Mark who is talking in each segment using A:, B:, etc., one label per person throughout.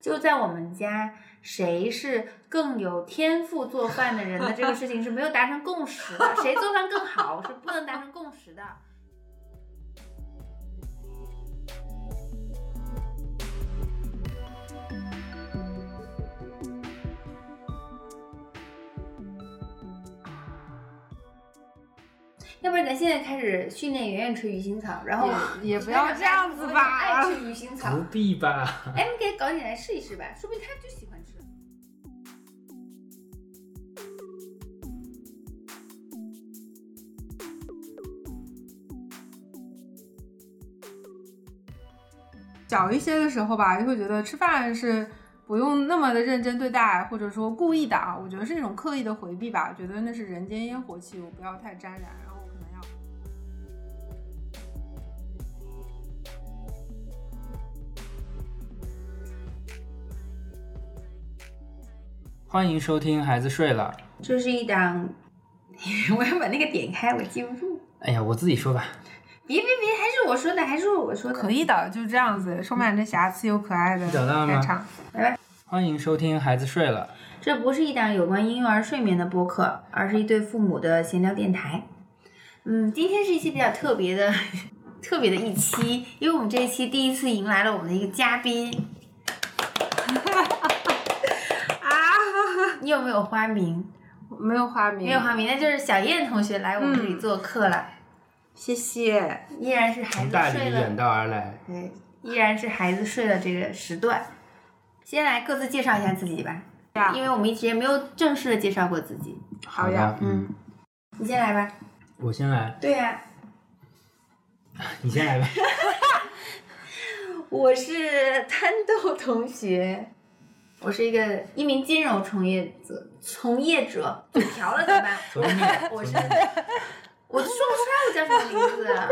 A: 就在我们家，谁是更有天赋做饭的人的这个事情是没有达成共识的，谁做饭更好是不能达成共识的。要不然咱现在开始训练圆圆吃鱼腥草，然后
B: 也也不要这样子吧
A: 爱哎吃鱼腥草
C: 不，必吧？
A: 哎，我们给他搞点来试一试吧，说不定他就喜欢吃。
B: 小一些的时候吧，就会觉得吃饭是不用那么的认真对待，或者说故意的啊。我觉得是一种刻意的回避吧，觉得那是人间烟火气，我不要太沾染，然后我可能要。
C: 欢迎收听《孩子睡了》。
A: 这是一档， 我要把那个点开，我记不住。
C: 哎呀，我自己说吧。
A: 别别别，还是我说的，还是我说的。
B: 可以的，就是这样子，充满着瑕疵又可爱的
C: 找到了吗
B: 开场。
C: 欢迎收听《孩子睡了
A: 这不是一档有关婴幼儿睡眠的播客，而是一对父母的闲聊电台。嗯，今天是一期比较特别的、 特别的一期，因为我们这一期第一次迎来了我们的一个嘉宾。 啊！你有没有花名？
B: 没有花名，
A: 没有花名，那就是小燕同学来我们这
B: 嗯
A: 里做客了，
B: 谢谢。
A: 依然是》，孩
C: 从
A: 子
C: 大理
A: 睡了
C: 远道而来。
A: 对，依然是孩子睡的这个时段。先来各自介绍一下自己吧，
B: 呀
A: 因为我们一直也没有正式的介绍过自己。
B: 好
C: 的
B: 呀，
C: 嗯，
A: 你先来吧。
C: 我先来，
A: 对啊呀、
C: 你先 来吧。
A: 我是 贪豆同学，我是一个一名金融从业者，从业者嘴瓢了怎么办？
C: 从你，
A: 我
C: 从
A: 是
C: 你
A: 我说不出来我叫什么名字、啊。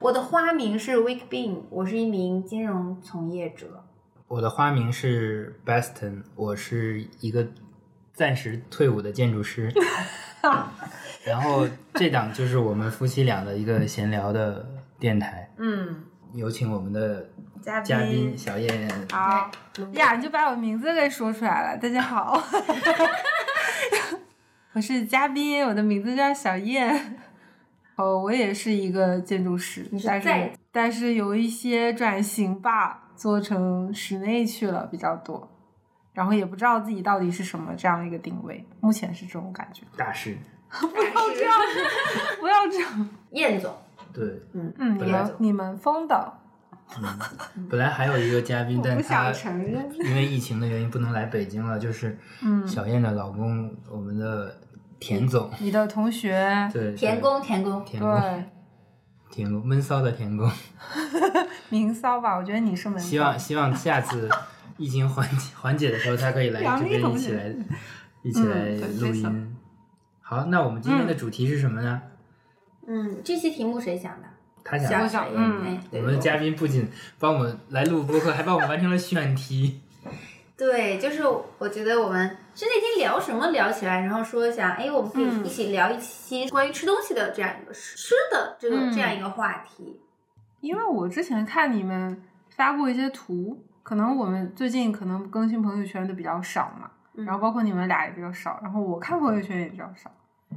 A: 我的花名是 Wake Bean，我是一名金融从业者。
C: 我的花名是 Baston，我是一个暂时退伍的建筑 师。然后这档就是我们夫妻俩的一个闲聊的电台，
B: 嗯，
C: 有请我们的
B: 嘉
C: 嘉宾小燕。
A: 啊
B: 好呀，你就把我名字给说出来了。大家好， 我是嘉宾，我的名字叫小燕。哦，我也是一个建筑师
A: 你，是
B: 但是
A: 在
B: 但是有一些转型吧，做成室内去了比较多，然后也不知道自己到底是什么这样一个定位，目前是这种感觉。
C: 大师，
A: 不要这样，
B: 不要这样，
A: 燕总，
C: 对，啊
B: 嗯，
C: 不
B: 你
C: 要
B: 们你们疯的，
C: 本来还有一个嘉宾，
B: 我
C: 但
B: 不想
C: 他
B: 承认。
C: 因为疫情的原因不能来北京了，就是
B: 嗯，
C: 小燕的老公，我们的田总，
B: 你的同学，
C: 对，对
A: 田，工，田工，
C: 田工，
B: 对，
C: 田工，闷骚的田工。
B: 明骚吧，我觉得你是门骚。
C: 希望希望下次疫情缓解缓解的时候，他可以来
B: 杨
C: 这
B: 丽
C: 边一
B: 同
C: 起
B: 学嗯
C: 来一起来
B: 对
C: 录
B: 没错
C: 音。好，那我们今天的主题是什么呢？
A: 嗯，这期题目谁想的？
C: 他
A: 小
C: 想
B: 我想
A: 水
B: 嗯
A: 哎
C: 我
A: 对
C: 们的嘉宾不仅帮我们来录播客，还帮我们完成了选题。
A: 对，就是我觉得我们是那天聊什么聊起来，然后说想，哎，我们可以
B: 嗯
A: 一起聊一期关于吃东西的这样一个吃的这个、
B: 嗯
A: 这样一个话题。
B: 因为我之前看你们发过一些图，可能我们最近可能更新朋友圈的比较少嘛，
A: 嗯
B: 然后包括你们俩也比较少，然后我看朋友圈也比较少，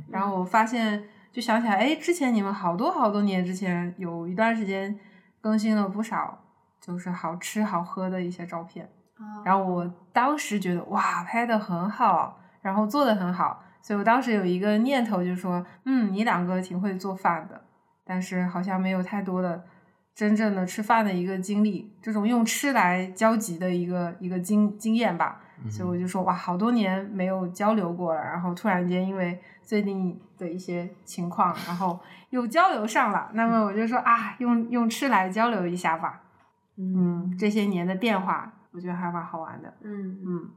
B: 然后我发现就想起来，哎，之前你们好多好多年之前有一段时间更新了不少，就是好吃好喝的一些照片，
A: 啊，
B: 然后我当时觉得哇，拍的很好，然后做的很好，所以我当时有一个念头，就是说，嗯，你两个挺会做饭的，但是好像没有太多的真正的吃饭的一个经历，这种用吃来交集的一个一个经经验吧。所以我
C: 嗯
B: 就说哇，好多年没有交流过了，然后突然间因为最近的一些情况，然后又交流上了。那么我就说啊，用用吃来交流一下吧。嗯，这些年的变化，我觉得还蛮好玩的。
A: 嗯，
B: 嗯，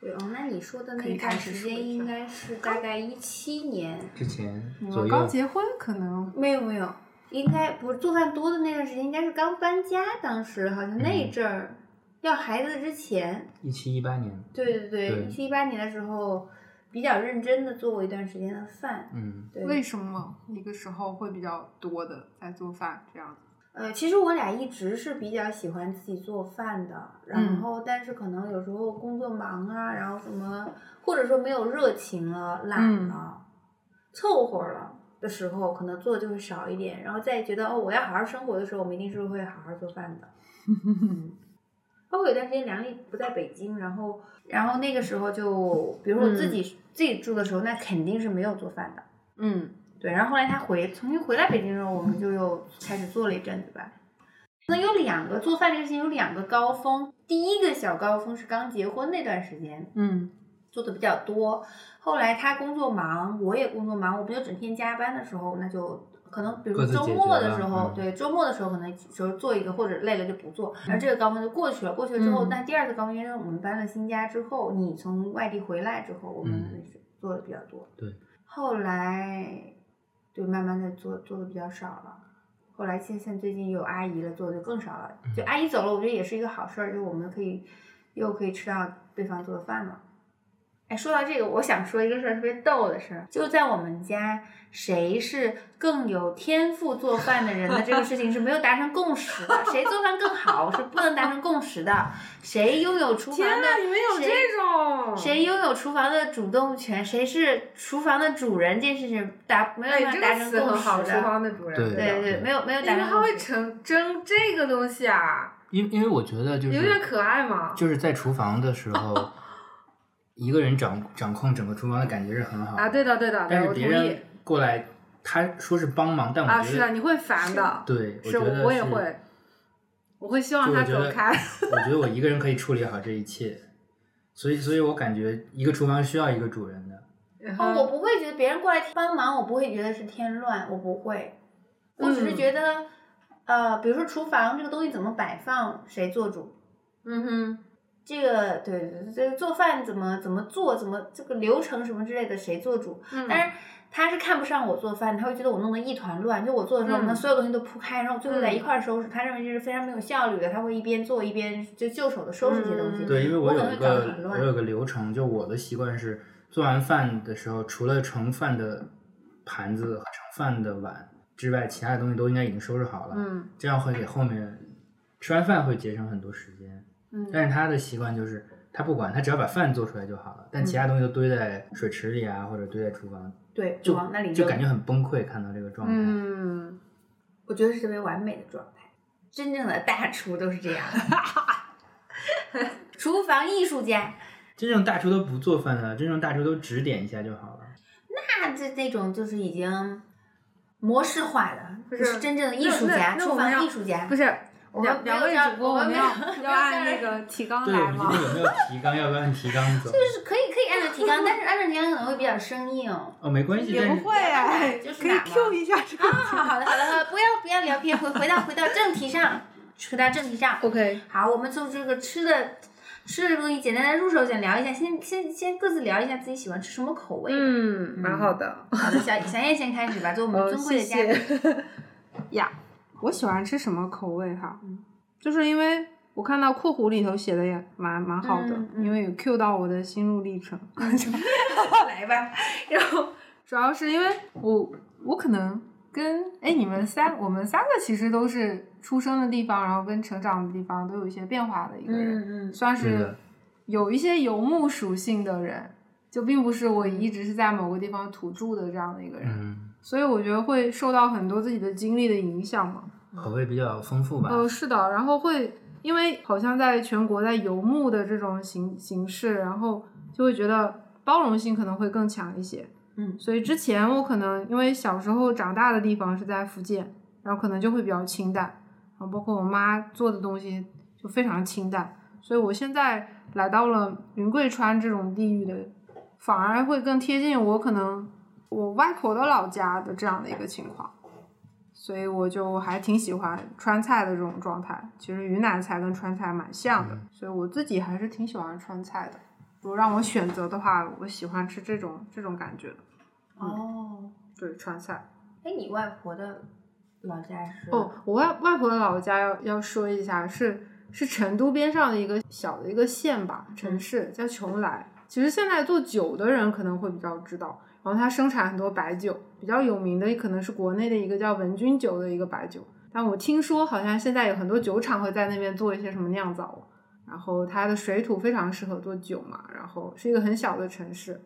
A: 对哦，那你说的那
B: 可以
A: 段
B: 开始
A: 时
B: 说
A: 间
B: 一
A: 应
B: 下啊
A: 该是大概一七年，
C: 之前
B: 你
C: 左
B: 们刚
C: 右，
B: 结婚可能
A: 没有没有，应该不是做饭多的那段时间，应该是刚搬家，当时好像那
C: 嗯
A: 一阵儿、要孩子之前，
C: 一七一八年，
A: 对对对，
C: 对
A: 一七一八年的时候比较认真的做过一段时间的饭。
C: 嗯，
A: 对，
B: 为什么那个时候会比较多的在做饭这样子？
A: 呃，其实我俩一直是比较喜欢自己做饭的，然
B: 嗯
A: 后但是可能有时候工作忙啊，然后什么，或者说没有热情了、懒
B: 嗯
A: 了、凑合了的时候，可能做的就会少一点。然后再觉得哦，我要好好生活的时候，我们一定是会好好做饭 的。嗯包括有段时间梁丽不在北京，然后然后那个时候就，比如说我自己、自己住的时候，那肯定是没有做饭的。
B: 嗯
A: 对，然后后来他回重新回来北京的时候，我们就又开始做了一阵子吧。那有两个做饭这个事情有两个高峰，第一个小高峰是刚结婚那段时间
B: 嗯
A: 做的比较多，后来他工作忙，我也工作忙，我不就整天加班的时候，那就可能比如
C: 各
A: 说
C: 自
A: 周
C: 解决
A: 末的时
C: 了
A: 候
C: 嗯，
A: 对周末的时候可能就做一个或者累了就不做，而这个高峰就过去了。过去了之后，
B: 嗯
A: 那第二个高峰就是我们搬了新家之后，你从外地回来之后，我们
C: 嗯
A: 是做的比较多。
C: 对，
A: 后来就慢慢的做做的比较少了。后来现现在最近有阿姨了，做的就更少了。
C: 嗯
A: 就阿姨走了，我觉得也是一个好事儿，就我们可以又可以吃到对方做的饭了。哎，说到这个，我想说一个事儿，特别逗的事儿，就在我们家，谁是更有天赋做饭的人的这个事情是没有达成共识的，谁做饭更好是不能达成共识的，谁拥有厨房
B: 天
A: 的
B: 哪，你们有
A: 谁
B: 这种？
A: 谁拥有厨房的主动权，谁是厨房的主人，这件事情达没有
B: 哎，
A: 办
B: 这
A: 法达
B: 个
A: 成
B: 词
A: 共
B: 很好，
A: 识
B: 厨
A: 的。
B: 房的主人。
C: 对
A: 对对，没有没有
B: 因
A: 达
B: 为
A: 成
B: 他
A: 共
B: 会
A: 识。
B: 成争这个东西啊，
C: 因因为我觉得就是
B: 有点可爱嘛。
C: 就是在厨房的时 候，一个人掌掌控整个厨房的感觉是很好
B: 啊，对的对的，对
C: 但是
B: 我同
C: 别
B: 意
C: 人。过来，他说是帮忙，但我觉得、
B: 啊，是的，你会烦的。
C: 对，我
B: 是
C: 觉得
B: 我也
C: 是
B: 会，我会希望
C: 就我
B: 他
C: 觉
B: 走
C: 得
B: 开。
C: 我觉得我一个人可以处理好这一切，所以，所以我感觉一个厨房需要一个主人的。
B: 然
A: 哦，我
B: 后
A: 不会觉得别人过来帮忙，我不会觉得是添乱，我不会，我只是
B: 嗯
A: 觉得，呃，比如说厨房这个东西怎么摆放，谁做主，
B: 嗯哼，
A: 这个对对对，这个做饭怎么怎么做，怎么这个流程什么之类的，谁做主？
B: 嗯
A: 但是他是看不上我做饭，他会觉得我弄得一团乱。就我做的时候，
B: 嗯
A: 我们所有东西都铺开，然后最后在
B: 嗯
A: 一块儿收拾。他认为这是非常没有效率的，他会一边做一边就就手的收拾这些东西。
B: 嗯
C: 对，因为
A: 我可能
C: 有
A: 会
C: 一
A: 搞得
C: 个
A: 很
C: 我
A: 乱。
C: 有个流程，就我的习惯是做完饭的时候，除了盛饭的盘子和盛饭的碗之外，其他的东西都应该已经收拾好了。
B: 嗯
C: 这样会给后面吃完饭会节省很多时间。
B: 嗯
C: 但是他的习惯就是他不管，他只要把饭做出来就好了，但其他东西都堆在水池里啊，或者堆在厨房，
A: 对，
C: 就
A: 往那里
C: 就
A: 扔
C: 感觉很崩溃。看到这个状态，
B: 嗯，
A: 我觉得是特别完美的状态。真正的大厨都是这样， 厨房艺术家。
C: 真正大厨都不做饭啊，真正大厨都指点一下就好了。
A: 那这那种就是已经模式化的，不
B: 不是
A: 是真正的艺
B: 那
A: 术
B: 那
A: 家，
B: 那
A: 厨
B: 我们
A: 房
B: 要
A: 艺术家
B: 不。是
A: 我
B: 两
A: 们
B: 两位主播，
A: 我
B: 我
A: 们
B: 们
A: 没有
B: 要
A: 没有
B: 要按那个提纲
C: 对，我
B: 来
C: 们
B: 吗
C: 今？天有没有提纲？要不要按提纲走？
A: 就是可以可以按照提纲，但是按照提纲可能会比较生 硬。好
C: 哦，没关系，
B: 也
C: 但
B: 不
C: 是
B: 会哎，
A: 就是啊
B: 可以
A: 懒嘛
B: Q 一下这个。
A: 好的好的好的，不要不要聊偏，回回到回到正题上，回到正题上。
B: OK，
A: 好，我们从这个吃的吃的东西简单的入手，想聊一下，先先先各自聊一下自己喜欢吃什么口味。
B: 嗯，蛮好的。
A: 好的， 小小燕先开始吧，做我们
B: 呃，
A: 嗯尊贵
B: 谢
A: 的嘉宾。
B: 谢。 呀，我喜欢吃什么口味哈？
A: 嗯
B: 就是因为我看到括弧里头写的也蛮蛮好的，
A: 嗯嗯
B: 因为有 Q 到我的心路历程。
A: 来吧，
B: 然后 主要是因为我我可能跟哎你们三我们三个其实都是出生的地方，然后跟成长的地方都有一些变化的一个人，
A: 嗯嗯
B: 算
C: 对
B: 是
C: 的
B: 有一些游牧属性的人，就并不是我一直是在某个地方土著的这样的一个人，
C: 嗯，
B: 所以我觉得会受到很多自己的经历的影响嘛。
C: 口味比较丰富吧。
B: 呃，是的，然后会因为好像在全国在游牧的这种形形式，然后就会觉得包容性可能会更强一些。
A: 嗯
B: 所以之前我可能因为小时候长大的地方是在福建，然后可能就会比较清淡，然后包括我妈做的东西就非常清淡，所以我现在来到了云贵川这种地域的，反而会更贴近我可能我外婆的老家的这样的一个情况。所以我就还挺喜欢川菜的这种状态。其实云南菜跟川菜蛮像的，
C: 嗯
B: 所以我自己还是挺喜欢川菜的。如果让我选择的话，我喜欢吃这种这种感觉的，
A: 哦。
B: 对川菜。
A: 哎，你外婆的老家是？
B: 哦，我外外婆的老家要要说一下，是是成都边上的一个小的一个县吧，城市叫邛崃。其实现在做酒的人可能会比较知道，然后它生产很多白酒，比较有名的可能是国内的一个叫文君酒的一个白酒，但我听说好像现在有很多酒厂会在那边做一些什么酿造，然后它的水土非常适合做酒嘛，然后是一个很小的城市，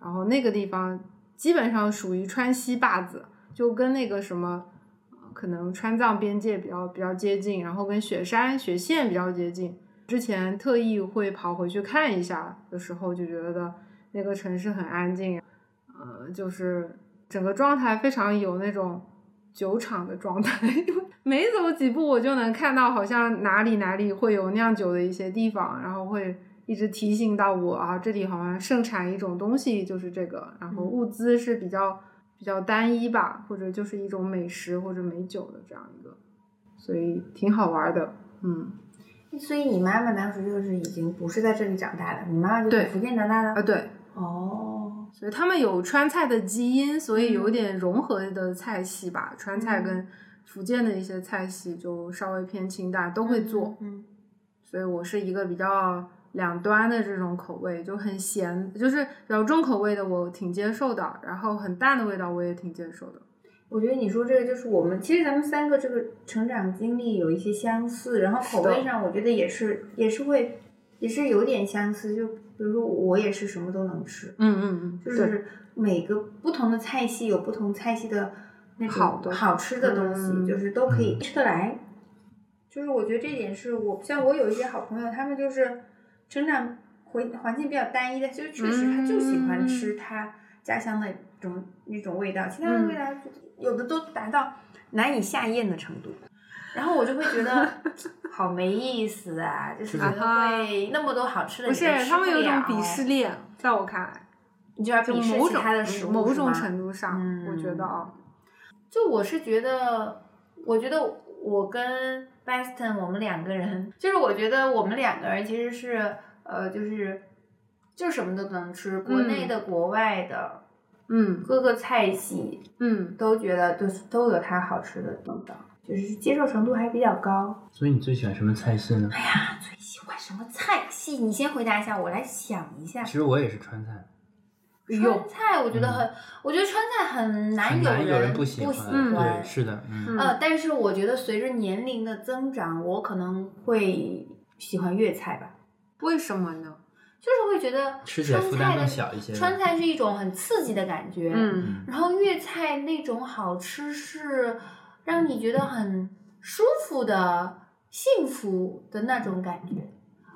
B: 然后那个地方基本上属于川西坝子，就跟那个什么。可能川藏边界比较比较接近，然后跟雪山雪线比较接近。之前特意会跑回去看一下的时候，就觉得那个城市很安静，呃，就是整个状态非常有那种酒厂的状态。每走几步，我就能看到好像哪里哪里会有酿酒的一些地方，然后会一直提醒到我啊，这里好像盛产一种东西，就是这个，然后物资是比较。比较单一吧，或者就是一种美食或者美酒的这样一个，所以挺好玩的，嗯
A: 所以你妈妈当时就是已经不是在这里长大的，你妈妈就
B: 对
A: 在福建长大
B: 啊
A: 的。
B: 对，
A: 哦，
B: 所以他们有川菜的基因，所以有点融合的菜系吧，川菜跟福建的一些菜系就稍微偏清淡，都会做，
A: 嗯，
B: 所以我是一个比较两端的这种口味，就很咸，就是比较重口味的我挺接受的，然后很淡的味道我也挺接受的，
A: 我觉得你说这个就是我们，其实咱们三个这个成长经历有一些相似，然后口
B: 是
A: 味
B: 的
A: 上我觉得也是也是会也是有点相似，就比如说我也是什么都能吃，
B: 嗯嗯嗯，
A: 就
B: 对
A: 是每个不同的菜系有不同菜系的那种
B: 好的
A: 好吃的东西，
B: 嗯
A: 就是都可以吃得来。就是我觉得这点是我像我有一些好朋友，他们就是成长环环境比较单一的，就是确实他就喜欢吃他家乡的那种那种味道，其他的味道有的都达到难以下咽的程度。然后我就会觉 得好没意思啊，就是觉得会那么多好吃的
B: 不
A: 你
B: 是
A: 都吃
B: 他们有一种
A: 了
B: 鄙视链，在我看来。
A: 你就要嗯
B: 就
A: 啊鄙视
B: 某
A: 其
B: 种
A: 他的食物，
B: 某
A: 是
B: 种
A: 吗
B: 程度上，我觉得啊，
A: 就我是觉得，我觉得我跟 Baston 我们两个人，就是我觉得我们两个人其实是呃，就是就是什么都能吃，国内的、国外的
B: 嗯
A: 各个菜系
B: 嗯，
A: 都觉得都都有它好吃的地方，就是接受程度还比较高。
C: 所以你最喜欢什么菜系呢？
A: 哎呀，最喜欢什么菜系？你先回答一下，我来想一下
C: 其。实我也是川菜，
B: 有
A: 川菜我觉得很，我觉得川菜很难
C: 很难有
A: 人
C: 不喜
A: 不
B: 嗯
C: 对，是的，嗯，
A: 呃，但是我觉得随着年龄的增长，我可能会喜欢粤菜吧，
B: 为什么呢？
A: 就是会觉得
C: 吃起来
A: 川
C: 负
A: 菜
C: 担
A: 的
C: 更小一些。
A: 川菜是一种很刺激的感觉，
B: 嗯
C: 嗯，
A: 然后粤菜那种好吃是让你觉得很舒服的、幸福的那种感觉。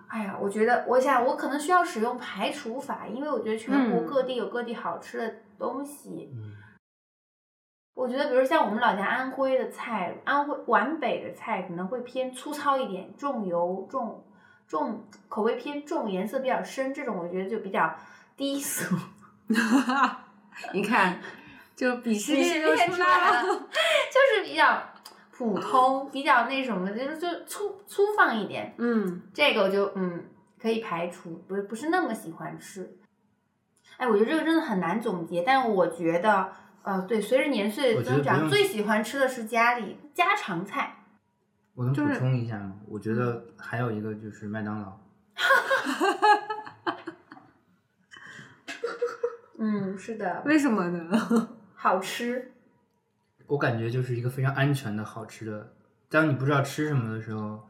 A: 哎呀，我觉得，我想我可能需要使用排除法，因为我觉得全国
B: 嗯
A: 各地有各地好吃的东西。
C: 嗯
A: 我觉得，比如像我们老家安徽的菜，安徽皖北的菜可能会偏粗糙一点，重油重重口味偏重，颜色比较深，这种我觉得就比较低俗。
B: 你看，就鄙视 链
A: 就
B: 就出来
A: 了，
B: 了。
A: 就是比较普通，比较那什么，就是就粗粗放一点。
B: 嗯，
A: 这个我就嗯可以排除，不不是那么喜欢吃。哎，我觉得这个真的很难总结，但我觉得，呃，对，随着年岁的
C: 我觉
A: 增
C: 得不
A: 长，
C: 用
A: 最喜欢吃的是家里家常菜。
C: 我能补
B: 就是
C: 充一下吗？我觉得还有一个就是麦当劳，
A: 嗯，是的，
B: 为什么呢？
A: 好吃。
C: 我感觉就是一个非常安全的好吃的。当你不知道吃什么的时候，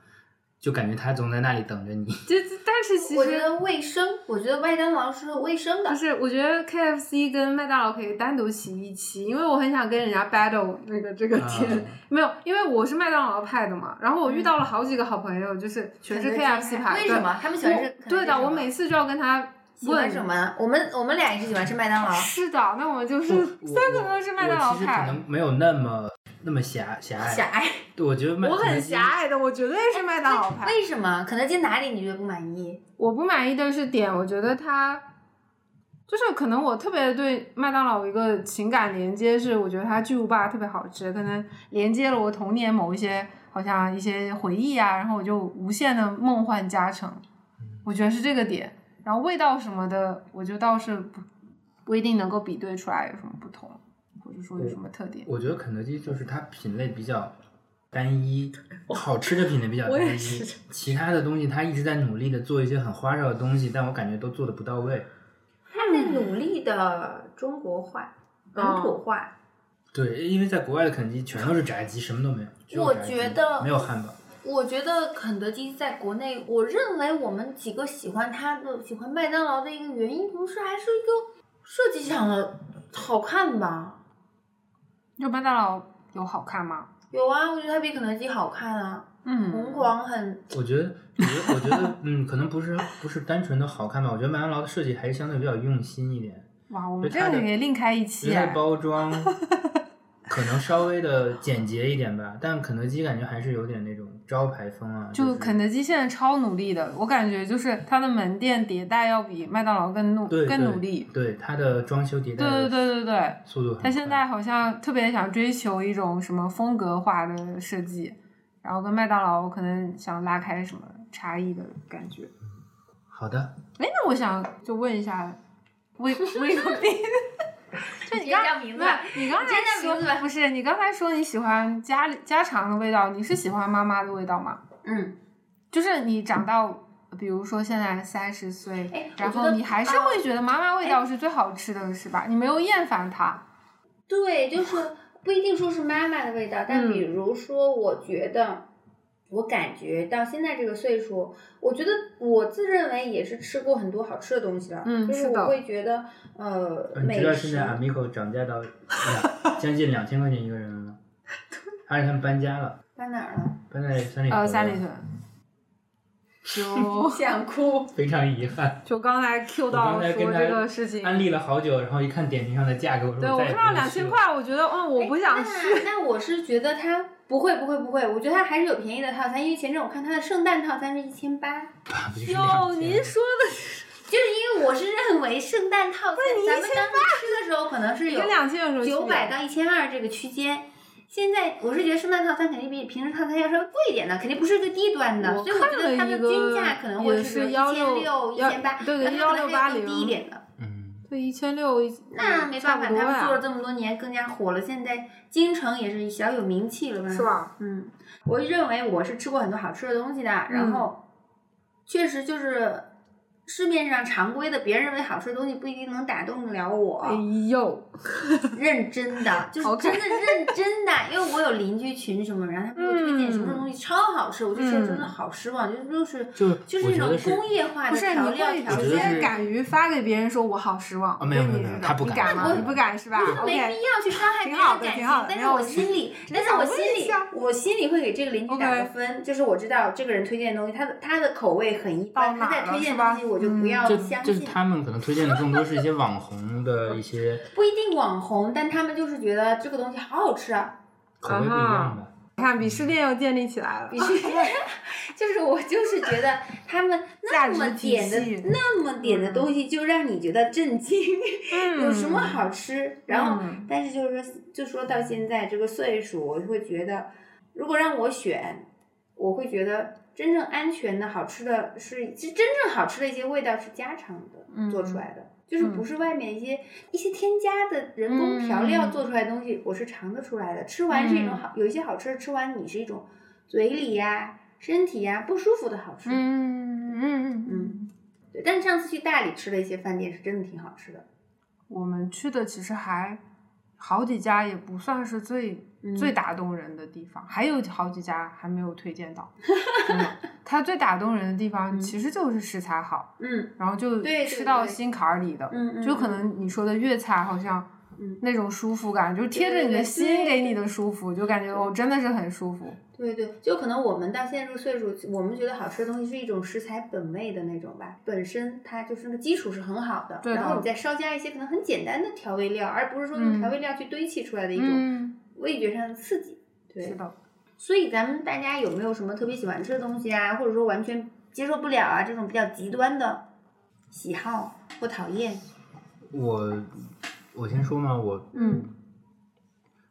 C: 就感觉它总在那里等着你。
B: 这但是其
A: 我觉
B: 实
A: 得卫生，我觉得麦当劳是卫生的
B: 不。是，我觉得 KFC 跟麦当劳可以单独起一期，因为我很想跟人家 battle 那个这个点。
C: 啊
B: 没有，因为我是麦当劳派的嘛，然后我遇到了好几个好朋友，就是全是
A: 嗯肯德基
B: KFC 派。
A: 为什么他们喜欢吃
B: 我
A: 肯德基
B: 对的，
A: 什么
B: 我每次就要跟他
A: 喜欢
B: 问
A: 什么？啊我们我们俩也是喜欢吃麦当劳。
B: 是的，那我们就是
C: 我我
B: 三个都是麦当劳
C: 我其实可
B: 派。
C: 能没有那么那么狭狭
B: 哎
C: 隘，
A: 狭 隘。
C: 对，我觉得麦
B: 我
C: 肯德
B: 很
C: 基
B: 狭隘的，我绝对是麦当劳派。
A: 为什么肯德基哪里你觉得不满意？
B: 我不满意的是点，我觉得它就是可能我特别对麦当劳有一个情感连接，是我觉得它巨无霸特别好吃，可能连接了我童年某一些好像一些回忆啊，然后我就无限的梦幻加成，
C: 嗯
B: 我觉得是这个点。然后味道什么的，我就倒是不不一定能够比对出来有什么不同，或者说有什么特点。
C: 我觉得肯德基就是它品类比较单一，好吃的品类比较
B: 我也
C: 单一
B: 是，
C: 其他的东西它一直在努力的做一些很花哨的东西，但我感觉都做的不到位。
B: 嗯
A: 他在努力的中国化、本土化。
C: 对，因为在国外的肯德基全都是炸鸡，什么都没有，只有
A: 我
C: 炸鸡
A: 觉得
C: 没有汉堡。
A: 我觉得肯德基在国内，我认为我们几个喜欢它的、喜欢麦当劳的一个原因，同时还是一个设计上的好看吧。
B: 就麦当劳有好看吗？
A: 有啊，我觉得它比肯德基好看啊，
B: 嗯，
A: 红黄很
C: 我觉得，我觉得，我觉得，嗯，可能不是不是单纯的好看吧。我觉得麦当劳的设计还是相对比较用心一点，
B: 哇，我们这
C: 对它
B: 个
C: 的
B: 可以另开一
C: 因
B: 期
C: 为它的
B: 哎。
C: 包装可能稍微的简洁一点吧。但肯德基感觉还是有点那种招牌风啊，
B: 就是肯德基现在超努力的，我感觉就是它的门店迭代要比麦当劳更努
C: 对
B: 更
C: 对嗯
B: 努力。
C: 对它的装修迭代
B: 对对对对对，
C: 速度很
B: 它
C: 快，
B: 现在好像特别想追求一种什么风格化的设计，然后跟麦当劳可能想拉开什么差异的感觉。
C: 好的，
B: 哎，那我想就问一下， 威威克宾，就你
A: 直接
B: 刚
A: 叫名字
B: 不是
A: 吧
B: 你刚
A: 直接
B: 才
A: 叫名字
B: 说
A: 吧
B: 不是你刚才说你喜欢家里家常的味道，你是喜欢妈妈的味道吗？
A: 嗯，
B: 就是你长到，比如说现在三十岁
A: 哎，我
B: 然
A: 觉
B: 后
A: 得
B: 你还是
A: 啊
B: 会觉得妈妈味道是最好吃的，是吧？你没有厌烦它。
A: 对，就是不一定说是妈妈的味道，但
B: 嗯
A: 比如说，我觉得。我感觉到现在这个岁数，我觉得我自认为也是吃过很多好吃的东西了，
B: 嗯
A: 就是
B: 是的
A: 我会觉得，呃，
C: 你
A: 美
C: 知道现
A: 食
C: 在 Amico 涨 价到两将近两千块钱一个人了吗？而且他们搬家了，
A: 在哪儿 了？
C: 搬在三里
B: 呃，
C: 屯
B: 三里
C: 了
B: 屯，就
A: 想哭。
C: 非常遗憾。
B: 就刚才 Q
C: 我
B: 到
C: 刚才
B: 说
C: 跟
B: 这
C: 他
B: 个事情，
C: 安利了好久，然后一看点评上的价格，我说
B: 对我
C: 再也
B: 看
C: 不
B: 到
C: 会
B: 两
C: 去
B: 千
C: 了
B: 块，我觉得嗯，我不想去。
A: 哎那那我是觉得它不会不会不会，我觉得它还是有便宜的套餐，因为前阵我看它的圣诞套餐是一千八，
C: 啊不就是
B: 哟，
C: 2000
B: 您说的
A: 就是因为我是认为圣诞套餐，
B: 你
A: 咱们当时吃的时候可能是有
B: 跟两千有什么区别
A: 九百到一千二这个区间。现在我是觉得圣诞套餐肯定比平时套餐要稍微贵一点的，肯定不是最低端的，所以我觉
B: 看了
A: 得它
B: 一
A: 的
B: 个
A: 均价可能会
B: 也
A: 是
B: 是
A: 一
B: 幺
A: 千
B: 六
A: 六、一千八，
B: 对
A: 那
B: 对
A: 它可能还有
B: 16880
A: 更低一点的。
C: 嗯，
B: 对一千六，
A: 那没办法，
B: 嗯差不多
A: 他们
B: 呀
A: 做了这么多年，更加火了。现在京城也是小有名气了吧？
B: 是吧？
A: 嗯，我认为我是吃过很多好吃的东西的，
B: 嗯
A: 然后确实就是市面上常规的别人认为好吃的东西不一定能打动得了我。
B: 哎呦，
A: 认真 的，就是
B: OK
A: 真的认真的，因为我有邻居群什么，然后他们给我推荐什么东西超好吃，我就说真的好失望，就就是
C: 就是
A: 就是
C: 我
A: 那
C: 觉
A: 种
C: 得是
A: 工业化
B: 嗯不
A: 的
B: 是
A: 调
B: 你
A: 料
B: 会
A: 调
C: 我觉
A: 制。
B: 直
C: 得
B: 接
C: 是
B: 敢于发给别人说我好失望？
C: 啊没有
B: 对
C: 没有
B: 你
C: 没有
B: 知道
C: 他不
B: 你
C: 敢
B: 敢
C: 他
B: 吗？
C: 不
B: 你不
C: 敢
B: 敢是吧
A: 就是没
B: ？OK
A: 必。要去伤害别
B: 挺
A: 人
B: 好的
A: 感
B: 挺
A: 情
B: 好的，
A: 但
B: 没
A: 是
B: 有
A: 我
B: 我
A: 心里，
B: 只
A: 但
B: 是
A: 是我
B: 想问
A: 心
B: 一
A: 里
B: 下，
A: 我心里会给这个邻居打个
B: OK
A: 分就是我知道这个人推荐的东西，他的他的口味很一般，
B: 到
A: 他
B: 哪儿
A: 在
B: 了
A: 推荐
B: 是
A: 的
B: 吧
A: 东西我就不
B: 嗯
A: 要
C: 就
A: 相
C: 就是
A: 信，
C: 他们可能推荐的更多是一些网红的一些
A: 不一定网红，但他们就是觉得这个东西好好吃啊，
C: 口味不一 样吧。
B: 你看鄙视链又建立起来了
A: 必， 须，就是我就是觉得他们那
B: 价
A: 么
B: 值体
A: 点的
B: 系
A: 那么点的东西就让你觉得震惊，
B: 嗯
A: 有什么好吃？然后
B: 嗯，
A: 但是就是说，就说到现在这个岁数，我就会觉得，如果让我选，我会觉得真正安全的好吃的是，是真正好吃的一些味道是家常的、
B: 嗯
A: 做出来的，就是不是外面一些一些添加的人工调
B: 嗯
A: 料做出来的东西，我是尝得出来的。吃完是一种好，有一些好吃的吃完你是一种嘴里呀、身体呀、不舒服的好吃。
B: 嗯嗯
A: 嗯，对，但上次去大理吃的一些饭店是真的挺好吃的，
B: 我们去的其实还好几家，也不算是最、
A: 嗯
B: 最打动人的地方，还有好几家还没有推荐到。 真的它最打动人的地方
A: 嗯
B: 其实就是食材好，
A: 嗯
B: 然后就
A: 对对
B: 吃到
A: 对
B: 心坎儿里的。
A: 嗯嗯，
B: 就可能你说的粤菜好像
A: 嗯
B: 那种舒服感，就是贴着你
A: 对对
B: 的
A: 对
B: 心给你的舒服，就感觉哦，真的是很舒服。
A: 对对，就可能我们到现在这个岁数，我们觉得好吃的东西是一种食材本味的那种吧，本身它就是那个基础是很好的，
B: 对的
A: 然后你再稍加一些可能很简单的调味料，而不是说
B: 嗯
A: 用调味料去堆砌出来的一种
B: 嗯，
A: 味觉上的刺激。对，
B: 是的。
A: 所以咱们大家有没有什么特别喜欢吃的东西啊，或者说完全接受不了啊这种比较极端的喜好或讨厌？
C: 我我先说嘛，我
B: 嗯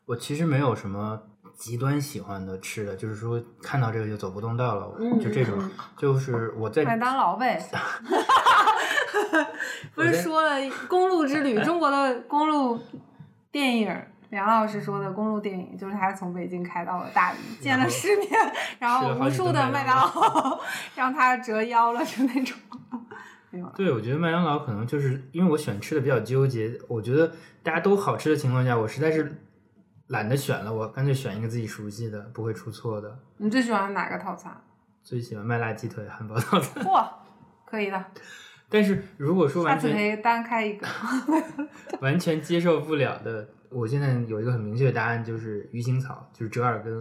C: 我其实没有什么极端喜欢的吃的，就是说看到这个就走不动道了，
A: 嗯
C: 就这种，就是我在
B: 麦当劳 呗。不是说了《公路之旅》中国的公路电影儿，梁老师说的公路电影，就是他从北京开到了大理，见了世面，然
C: 吃
B: 后
C: 了好
B: 无
C: 几
B: 数
C: 顿
B: 的麦
C: 麦当
B: 当劳 让他折腰了，就那种。没有了。
C: 对，我觉得麦当劳可能就是因为我选吃的比较纠结，我觉得大家都好吃的情况下，我实在是懒得选了，我干脆选一个自己熟悉的，不会出错的。
B: 你最喜欢哪个套餐？
C: 最喜欢麦辣鸡腿、汉堡 套餐。
B: 哇，可以的，
C: 但是如果说
B: 下
C: 完
B: 次可
C: 全
B: 以单开一个。
C: 完全接受不了的，我现在有一个很明确的答案，就是鱼腥草，就是折耳根。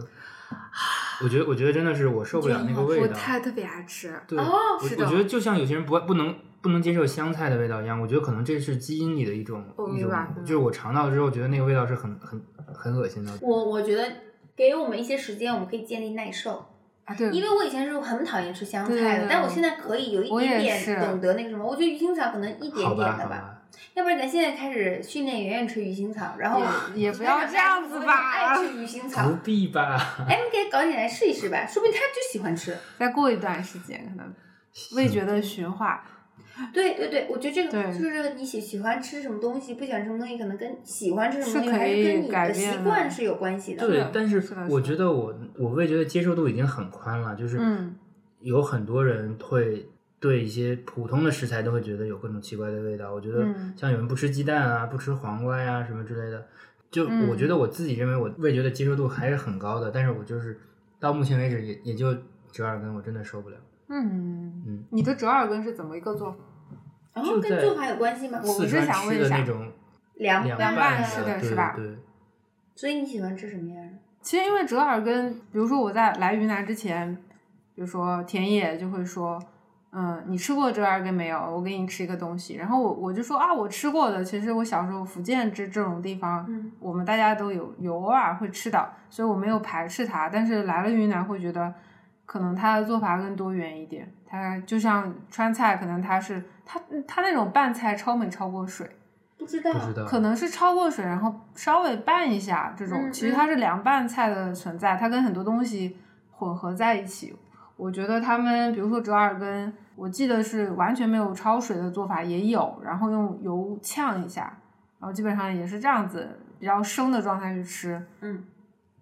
C: 我觉得，我觉得真的是我受不了那个 味
B: 我
C: 道。
B: 太特别爱吃，
C: 对，
A: 哦
C: 我
B: 是的
C: 我觉得就像有些人不不能不能接受香菜的味道一样，我觉得可能这是基因里的一种
B: 我
C: 一
B: 明
C: 种
B: 白，嗯
C: 就是我尝到之后觉得那个味道是很很很恶心的。
A: 我我觉得给我们一些时间，我们可以建立耐受。
B: 啊，对，
A: 因为我以前是很讨厌吃香
B: 对
A: 菜
B: 对
A: 的，但我现在可以有一
B: 我
A: 点
B: 也
A: 点
B: 是
A: 懂得那个什么。我觉得鱼腥草可能一点
C: 好
A: 点
C: 吧，好
A: 的吧，
C: 吧，
A: 要不然咱现在开始训练圆圆吃鱼腥草，然后
B: 也也不要这样子吧
A: 爱吃鱼腥草
C: 不，必吧。
A: 哎，你给搞点来试一试吧，说不定他就喜欢吃。
B: 再过一段时间可能味觉的驯化，
A: 对对对，我觉得这个
B: 对
A: 就是这个你喜喜欢吃什么东西，不喜欢吃什么东西，可能跟喜欢吃什么
B: 是
A: 东西
B: 可
A: 还是
B: 以
A: 跟你
B: 改
A: 的习
B: 变的
A: 惯是有关系的。
B: 是
C: 对
B: 的，
C: 但是
B: 是的是
C: 我
B: 的
C: 觉得我我味觉的接受度已经很宽了，就是
B: 嗯
C: 有很多人会对一些普通的食材都会觉得有各种奇怪的味道。我觉得
B: 嗯
C: 像有人不吃鸡蛋啊，不吃黄瓜呀、什么之类的，就
B: 嗯
C: 我觉得我自己认为我味觉的接受度还是很高的，但是我就是到目前为止也也就折耳根，我真的受不了。
B: 嗯，
C: 嗯，
B: 你的折耳根是怎么一个做法？
A: 然后
C: 就
A: 哦跟
C: 在
A: 做法有关系吗？
B: 我
C: 四
B: 是
C: 川
B: 想问
C: 吃
B: 一
C: 的
B: 下
C: 那种
A: 凉
C: 凉
A: 拌
C: 拌
B: 的是
C: 的，
B: 是
C: 对
B: 吧
C: 对，
A: 所以你喜欢吃什么样的？
B: 其实因为折耳根，比如说我在来云南之前，比如说田野就会说，嗯，你吃过折耳根没有？我给你吃一个东西。然后我我就说啊，我吃过的。其实我小时候福建这这种地方，
A: 嗯
B: 我们大家都有有偶尔会吃到，所以我没有排斥它。但是来了云南会觉得，可能它的做法更多元一点。它就像川菜，可能它是它它那种拌菜焯没焯过水。
A: 不知道，
C: 不知道。
B: 可能是焯过水，然后稍微拌一下这种。
A: 嗯
B: 其实它是凉拌菜的存在，它跟很多东西混合在一起。我觉得他们，比如说折耳根，我记得是完全没有焯水的做法也有，然后用油呛一下，然后基本上也是这样子比较生的状态去吃。
A: 嗯，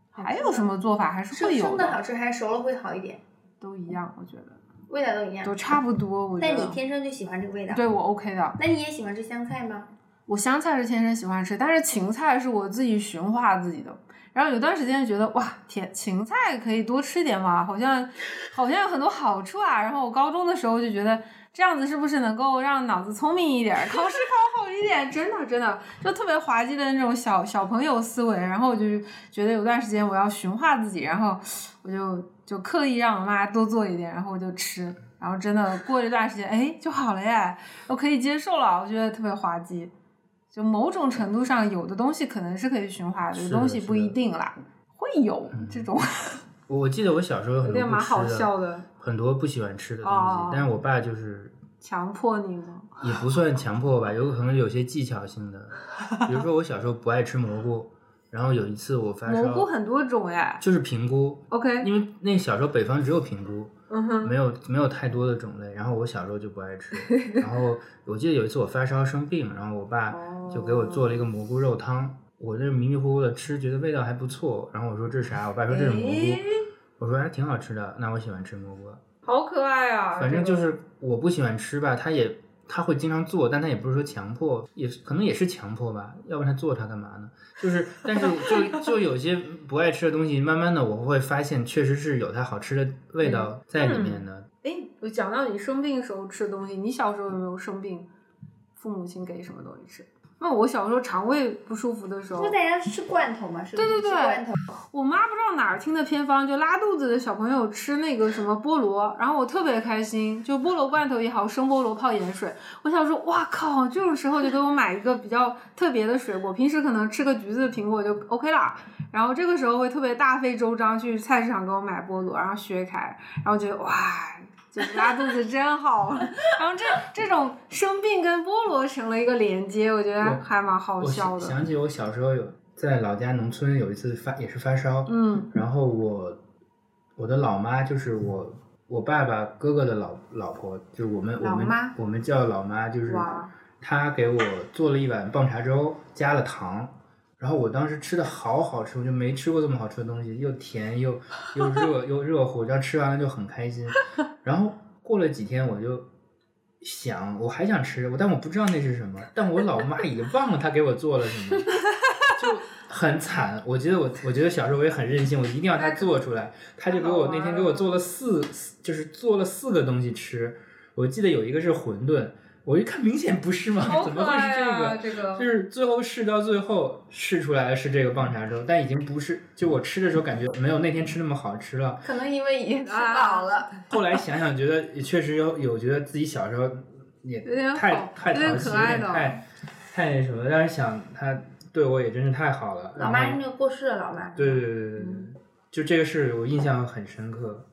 A: 好吃
B: 还有什么做法还是
A: 生
B: 会有
A: 生的好吃还是熟了会好一点？
B: 都一样，我觉得
A: 味道都一样
B: 都。差不多。我觉
A: 但你
B: 得
A: 天生就喜欢这个味道，
B: 对我 OK 的。
A: 那你也喜欢吃香菜吗？
B: 我香菜是天生喜欢吃，但是芹菜是我自己驯化自己的。然后有段时间觉得哇，甜芹菜可以多吃一点嘛，好像好像有很多好处啊。然后我高中的时候就觉得这样子是不是能够让脑子聪明一点，考试考好一点？真的真的就特别滑稽的那种小小朋友思维。然后我就觉得有段时间我要驯化自己，然后我就就刻意让我妈多做一点，然后我就吃。然后真的过一段时间，哎，就好了耶，我可以接受了，我觉得特别滑稽。就某种程度上，有的东西可能是可以驯化的，有
C: 是
B: 的
C: 的嗯
B: 东西不一定啦，会有这种
C: 我我记得我小时候有
B: 有
C: 很多
B: 点
C: 不
B: 蛮
C: 吃
B: 好笑
C: 的，
B: 的，
C: 很多不喜欢吃的东
B: 哦
C: 西，但是我爸就是
B: 强迫你吗？
C: 也不算强迫吧，有可能有些技巧性 的。比如说我小时候不爱吃蘑菇，然后有一次我发烧，
B: 蘑菇很多种哎
C: 就是平菇，
B: ，OK，
C: 因为那小时候北方只有平菇，
B: 嗯哼，
C: 没有没有太多的种类。然后我小时候就不 爱吃，然后我记得有一次我发烧生病，然后我爸就
B: 哦
C: 给我做了一个蘑菇肉汤，我这迷迷糊糊的吃，觉得味道还不错。然后我说这是啥？我爸说这是蘑
B: 诶
A: 哎
C: 菇，我说还挺好吃的，那我喜欢吃蘑菇。
B: 好可爱啊！
C: 反正就
B: 这个
C: 是我不喜欢吃吧，他也他会经常做，但他也不是说强迫，也是可能也是强迫吧，要不然他做它干嘛呢？就是，但 是就就有些不爱吃的东西，慢慢的我会发现，确实是有它好吃的味
B: 嗯
C: 道在里面的。
B: 哎，我讲到你生病时候吃的东西，你小时候有没有生病？父母亲给什么东西吃？那我小时候肠胃不舒服的时候
A: 不，在家吃罐头吗？是不是
B: 对对对
A: 吃罐头。
B: 我妈不知道哪儿听的偏方，就拉肚子的小朋友吃那个什么菠萝，然后我特别开心，就菠萝罐头也好，生菠萝泡盐水。我想说，哇靠，这种时候就给我买一个比较特别的水果，平时可能吃个橘子、苹果就 OK 啦。然后这个时候会特别大费周章去菜市场给我买菠萝，然后削开，然后觉得哇。就是拉肚子真好，啊然后这这种生病跟菠萝成了一个连接，我觉得
C: 我
B: 还蛮好
C: 我
B: 笑
C: 想
B: 的。
C: 想起我小时候有在老家农村有一次发也是发烧，
B: 嗯
C: 然后我我的老妈就是我我爸爸哥哥的老老婆，就是我们我
B: 老
C: 们
B: 妈
C: 我们叫老妈，就是
B: 哇哦
C: 她给我做了一碗棒碴粥，加了糖。然后我当时吃的好好吃，我就没吃过这么好吃的东西，又甜又又热又热乎，然后吃完了就很开心。然后过了几天，我就想，我还想吃，我但我不知道那是什么，但我老妈已经忘了她给我做了什么，很惨。我觉得我，我觉得小时候我也很任性，我一定要他做出来。他就给我那
B: 啊
C: 天给我做了四，就是做了四个东西吃。我记得有一个是馄饨，我一看明显不是嘛，
B: 好
C: 怎
B: 可
C: 么会是
B: 爱
C: 这
B: 啊！
C: 个？
B: 这个
C: 就是最后试到最后试出来的是这个棒碴粥，但已经不是就我吃的时候感觉没有那天吃那么好吃了。
A: 可能因为已经吃
B: 啊
A: 饱了，
C: 后来想想觉得也确实有有觉得自己小时候也
B: 有点
C: 太
B: 好
C: 太
B: 有点
C: 淘气，
B: 可
C: 有
B: 爱
C: 点
B: 的哦
C: 太太那什么，但是想他对我也真是太好了。
A: 老妈
C: 然
A: 是
C: 后
A: 那个过世的老妈。
C: 对对对对对对，
B: 嗯
C: 就这个事我印象很深刻。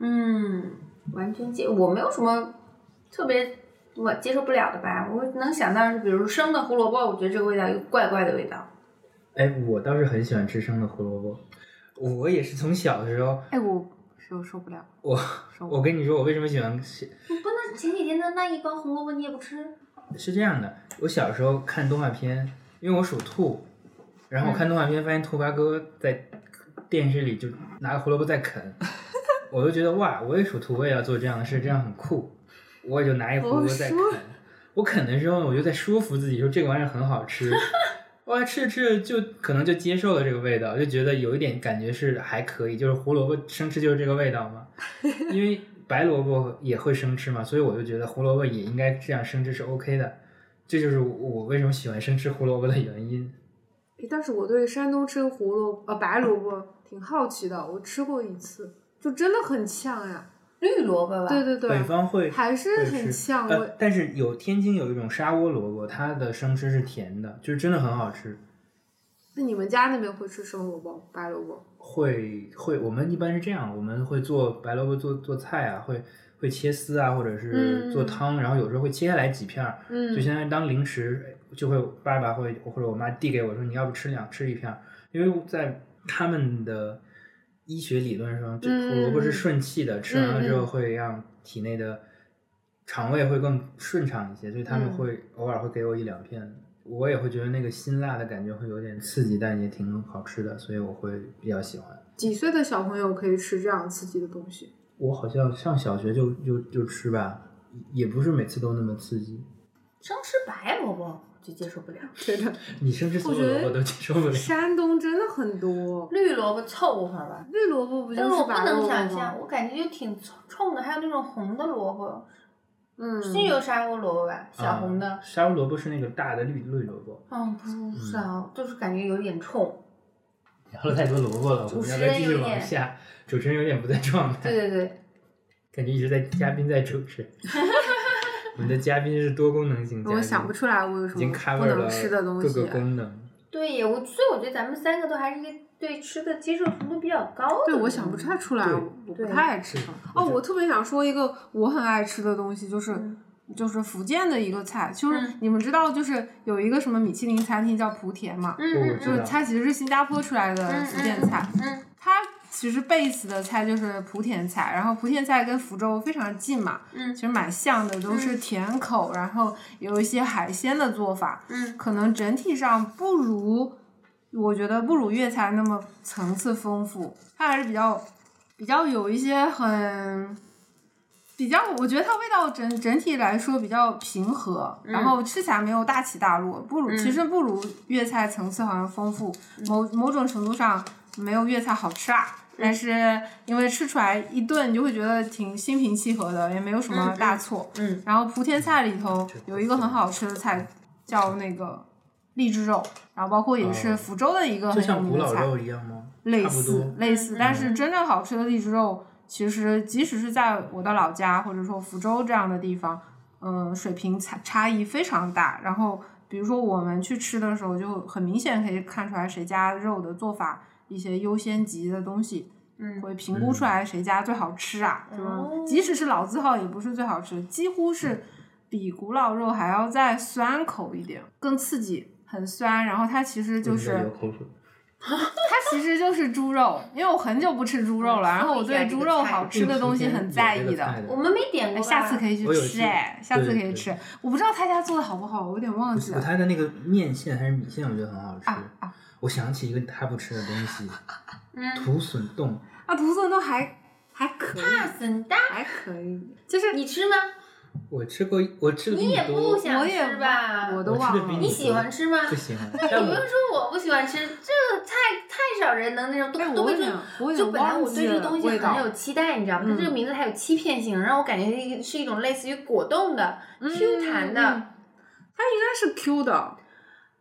A: 嗯，完全接，我没有什么特别我接受不了的吧。我能想到是，比如生的胡萝卜，我觉得这个味道有怪怪的味道。
C: 哎，我倒是很喜欢吃生的胡萝卜，我也是从小的时候，
B: 哎，我受受不了，
C: 我
B: 受不
C: 我
B: 了。
C: 跟你说我为什么喜欢吃
A: 你不能前几天的那一包红萝卜你也不吃，
C: 是这样的，我小时候看动画片，因为我属兔，然后
B: 嗯
C: 我看动画片发现兔八哥在电视里就拿个胡萝卜在啃，我就觉得哇，我也属兔，我也要做这样的事，这样很酷，我也就拿一胡萝卜在啃
B: 好舒。
C: 我啃的时候，我就在说服自己说这个玩意儿很 好吃。哇，吃着吃着就可能就接受了这个味道，就觉得有一点感觉是还可以，就是胡萝卜生吃就是这个味道嘛。因为白萝卜也会生吃嘛，所以我就觉得胡萝卜也应该这样生吃是 OK 的。这就是我为什么喜欢生吃胡萝卜的原因。
B: 哎但是我对山东吃胡萝卜呃白萝卜挺好奇的，我吃过一次，就真的很呛呀。
A: 绿萝卜吧。
B: 对对对，
C: 北方会
B: 还是
C: 会
B: 很
C: 吃
B: 呛味。
C: 呃，但是有天津有一种砂锅萝卜，它的生吃是甜的，就是真的很好吃。
B: 那你们家那边会吃生萝卜、白萝卜？
C: 会会，我们一般是这样，我们会做白萝卜做做菜啊，会会切丝啊，或者是做
B: 嗯
C: 汤，然后有时候会切下来几片儿，
B: 嗯
C: 就，相当于当零食，就会爸爸会或者我妈递给我说你要不吃两吃一片儿，因为在他们的医学理论上，这胡萝卜是
B: 嗯
C: 顺气的，吃完了之
B: 嗯嗯
C: 后会让体内的肠胃会更顺畅一些，所以他们
B: 嗯
C: 会偶尔会给我一两片。我也会觉得那个辛辣的感觉会有点刺激，但也挺好吃的，所以我会比较喜欢。
B: 几岁的小朋友可以吃这样刺激的东西？
C: 我好像上小学就就就吃吧，也不是每次都那么刺激。
A: 生吃白萝卜就接受不了，
B: 觉得
C: 你甚至所有
B: 我觉得
C: 萝卜都接受不了。
B: 山东真的很多，
A: 绿萝卜凑合吧。
B: 绿萝卜不就
A: 但是我不
B: 白萝
A: 能
B: 卜
A: 想
B: 吗
A: 象，？我感觉就挺冲的，还有那种红的萝卜，
B: 嗯，
A: 是有砂锅萝卜吧，小红的
C: 啊，砂锅萝卜是那个大的绿绿萝卜，
A: 嗯，不知道，就是感觉有点冲。
C: 聊了太多萝卜了，我
A: 主
C: 们
A: 持
C: 要不要
A: 人
C: 继
A: 有
C: 续
A: 点
C: 往下？主持人有点不在状态，
A: 对对对，
C: 感觉一直在嘉宾在主 持。我们的嘉宾是多功能型嘉宾，
B: 我想不出来我有什
C: 已经
B: 么
C: cover
B: 不能吃的
C: 了
B: 东
C: 各个
B: 西。
C: 功能。
A: 对呀，我所以我觉得咱们三个都还是一个对吃的接受程度比较高的。
B: 对，我想不太出来，
C: 对
B: 我我不
A: 嗯对
B: 太爱吃什么。哦，
C: 我觉得
B: 我特别想说一个我很爱吃的东西，就是、
A: 嗯
B: 就是福建的一个菜，就是、
A: 嗯
B: 你们知道，就是有一个什么米其林餐厅叫莆田嘛，
A: 嗯
C: 我
A: 嗯
C: 知
B: 就是
C: 道，
B: 它其实是新加坡出来的
A: 嗯
B: 福建
A: 嗯
B: 菜，
A: 嗯
B: 它其实 base 的菜就是莆田菜，然后莆田菜跟福州非常近嘛，
A: 嗯
B: 其实蛮像的，都是甜口，然后有一些海鲜的做法，
A: 嗯
B: 可能整体上不如，我觉得不如粤菜那么层次丰富，它还是比较比较有一些很。比较，我觉得它味道整整体来说比较平和，然后吃起来没有大起大落，不如、
A: 嗯
B: 其实不如粤菜层次好像丰富，某某种程度上没有粤菜好吃啊。
A: 嗯
B: 但是因为吃出来一顿，你就会觉得挺心平气和的，也没有什么大错。
A: 嗯
B: 然后莆田菜里头有一个很好吃的菜，叫那个荔枝肉，然后包括也是
C: 哦
B: 福州的一个很
C: 就
B: 有
C: 像古
B: 名的
C: 老
B: 菜，
C: 肉一样吗？
B: 类
C: 差不
B: 似
C: 多嗯
B: 类似。但是真正好吃的荔枝肉，其实即使是在我的老家或者说福州这样的地方，嗯，水平差差异非常大。然后比如说我们去吃的时候，就很明显可以看出来谁家肉的做法一些优先级的东西。
A: 嗯
B: 会评估出来谁家最好吃啊，
A: 嗯
B: 就是即使是老字号也不是最好吃，几乎
C: 嗯
B: 是比古老肉还要再酸口一点，更刺激，很酸。然后它其实就
C: 我现在流
B: 是
C: 口水。
B: 它其实就是猪肉，因为我很久不吃猪肉了，
A: 嗯
B: 然后我
A: 所以啊
B: 对
A: 这个
B: 猪肉
A: 菜
B: 好吃的东西很在意的。
A: 我们没点
B: 哎
A: 过吧，
B: 下次可以
C: 我
B: 去
C: 有
B: 吃
C: 吃
B: 哎，下次可
C: 对
B: 以
C: 对
B: 吃。我不知道他家做的好不好，我有点忘记
C: 我
B: 了。
C: 他的那个面线还是米线，我觉得很好吃。
B: 啊啊
C: 我想起一个他不吃的东 西，
A: 嗯，
C: 土笋冻。
B: 啊！土笋都还还可以，
A: 怕死你大，
B: 还可以，就是
A: 你吃吗？
C: 我吃过，我吃的比
A: 你也
C: 多，
A: 不想
B: 我也
A: 吃吧？
B: 我
C: 我
B: 都
C: 吃的
B: 忘
C: 比
B: 了
A: 你喜欢吃吗？
C: 不喜 欢。
A: 你
C: 但
A: 不
C: 我
A: 用说我不喜欢吃，这太太少人能那种
B: 哎，
A: 都都
B: 我
A: 会
B: 有
A: 说
B: 点，我有
A: 就
B: 点
A: 本来
B: 忘
A: 我对
B: 记
A: 这个
B: 了
A: 东西
B: 味道嗯
A: 很有期待，你知道吗？它嗯这个名字还有欺骗性，让我感觉是一是一种类似于果冻的、Q 弹的，
B: 嗯嗯它应该是 Q 的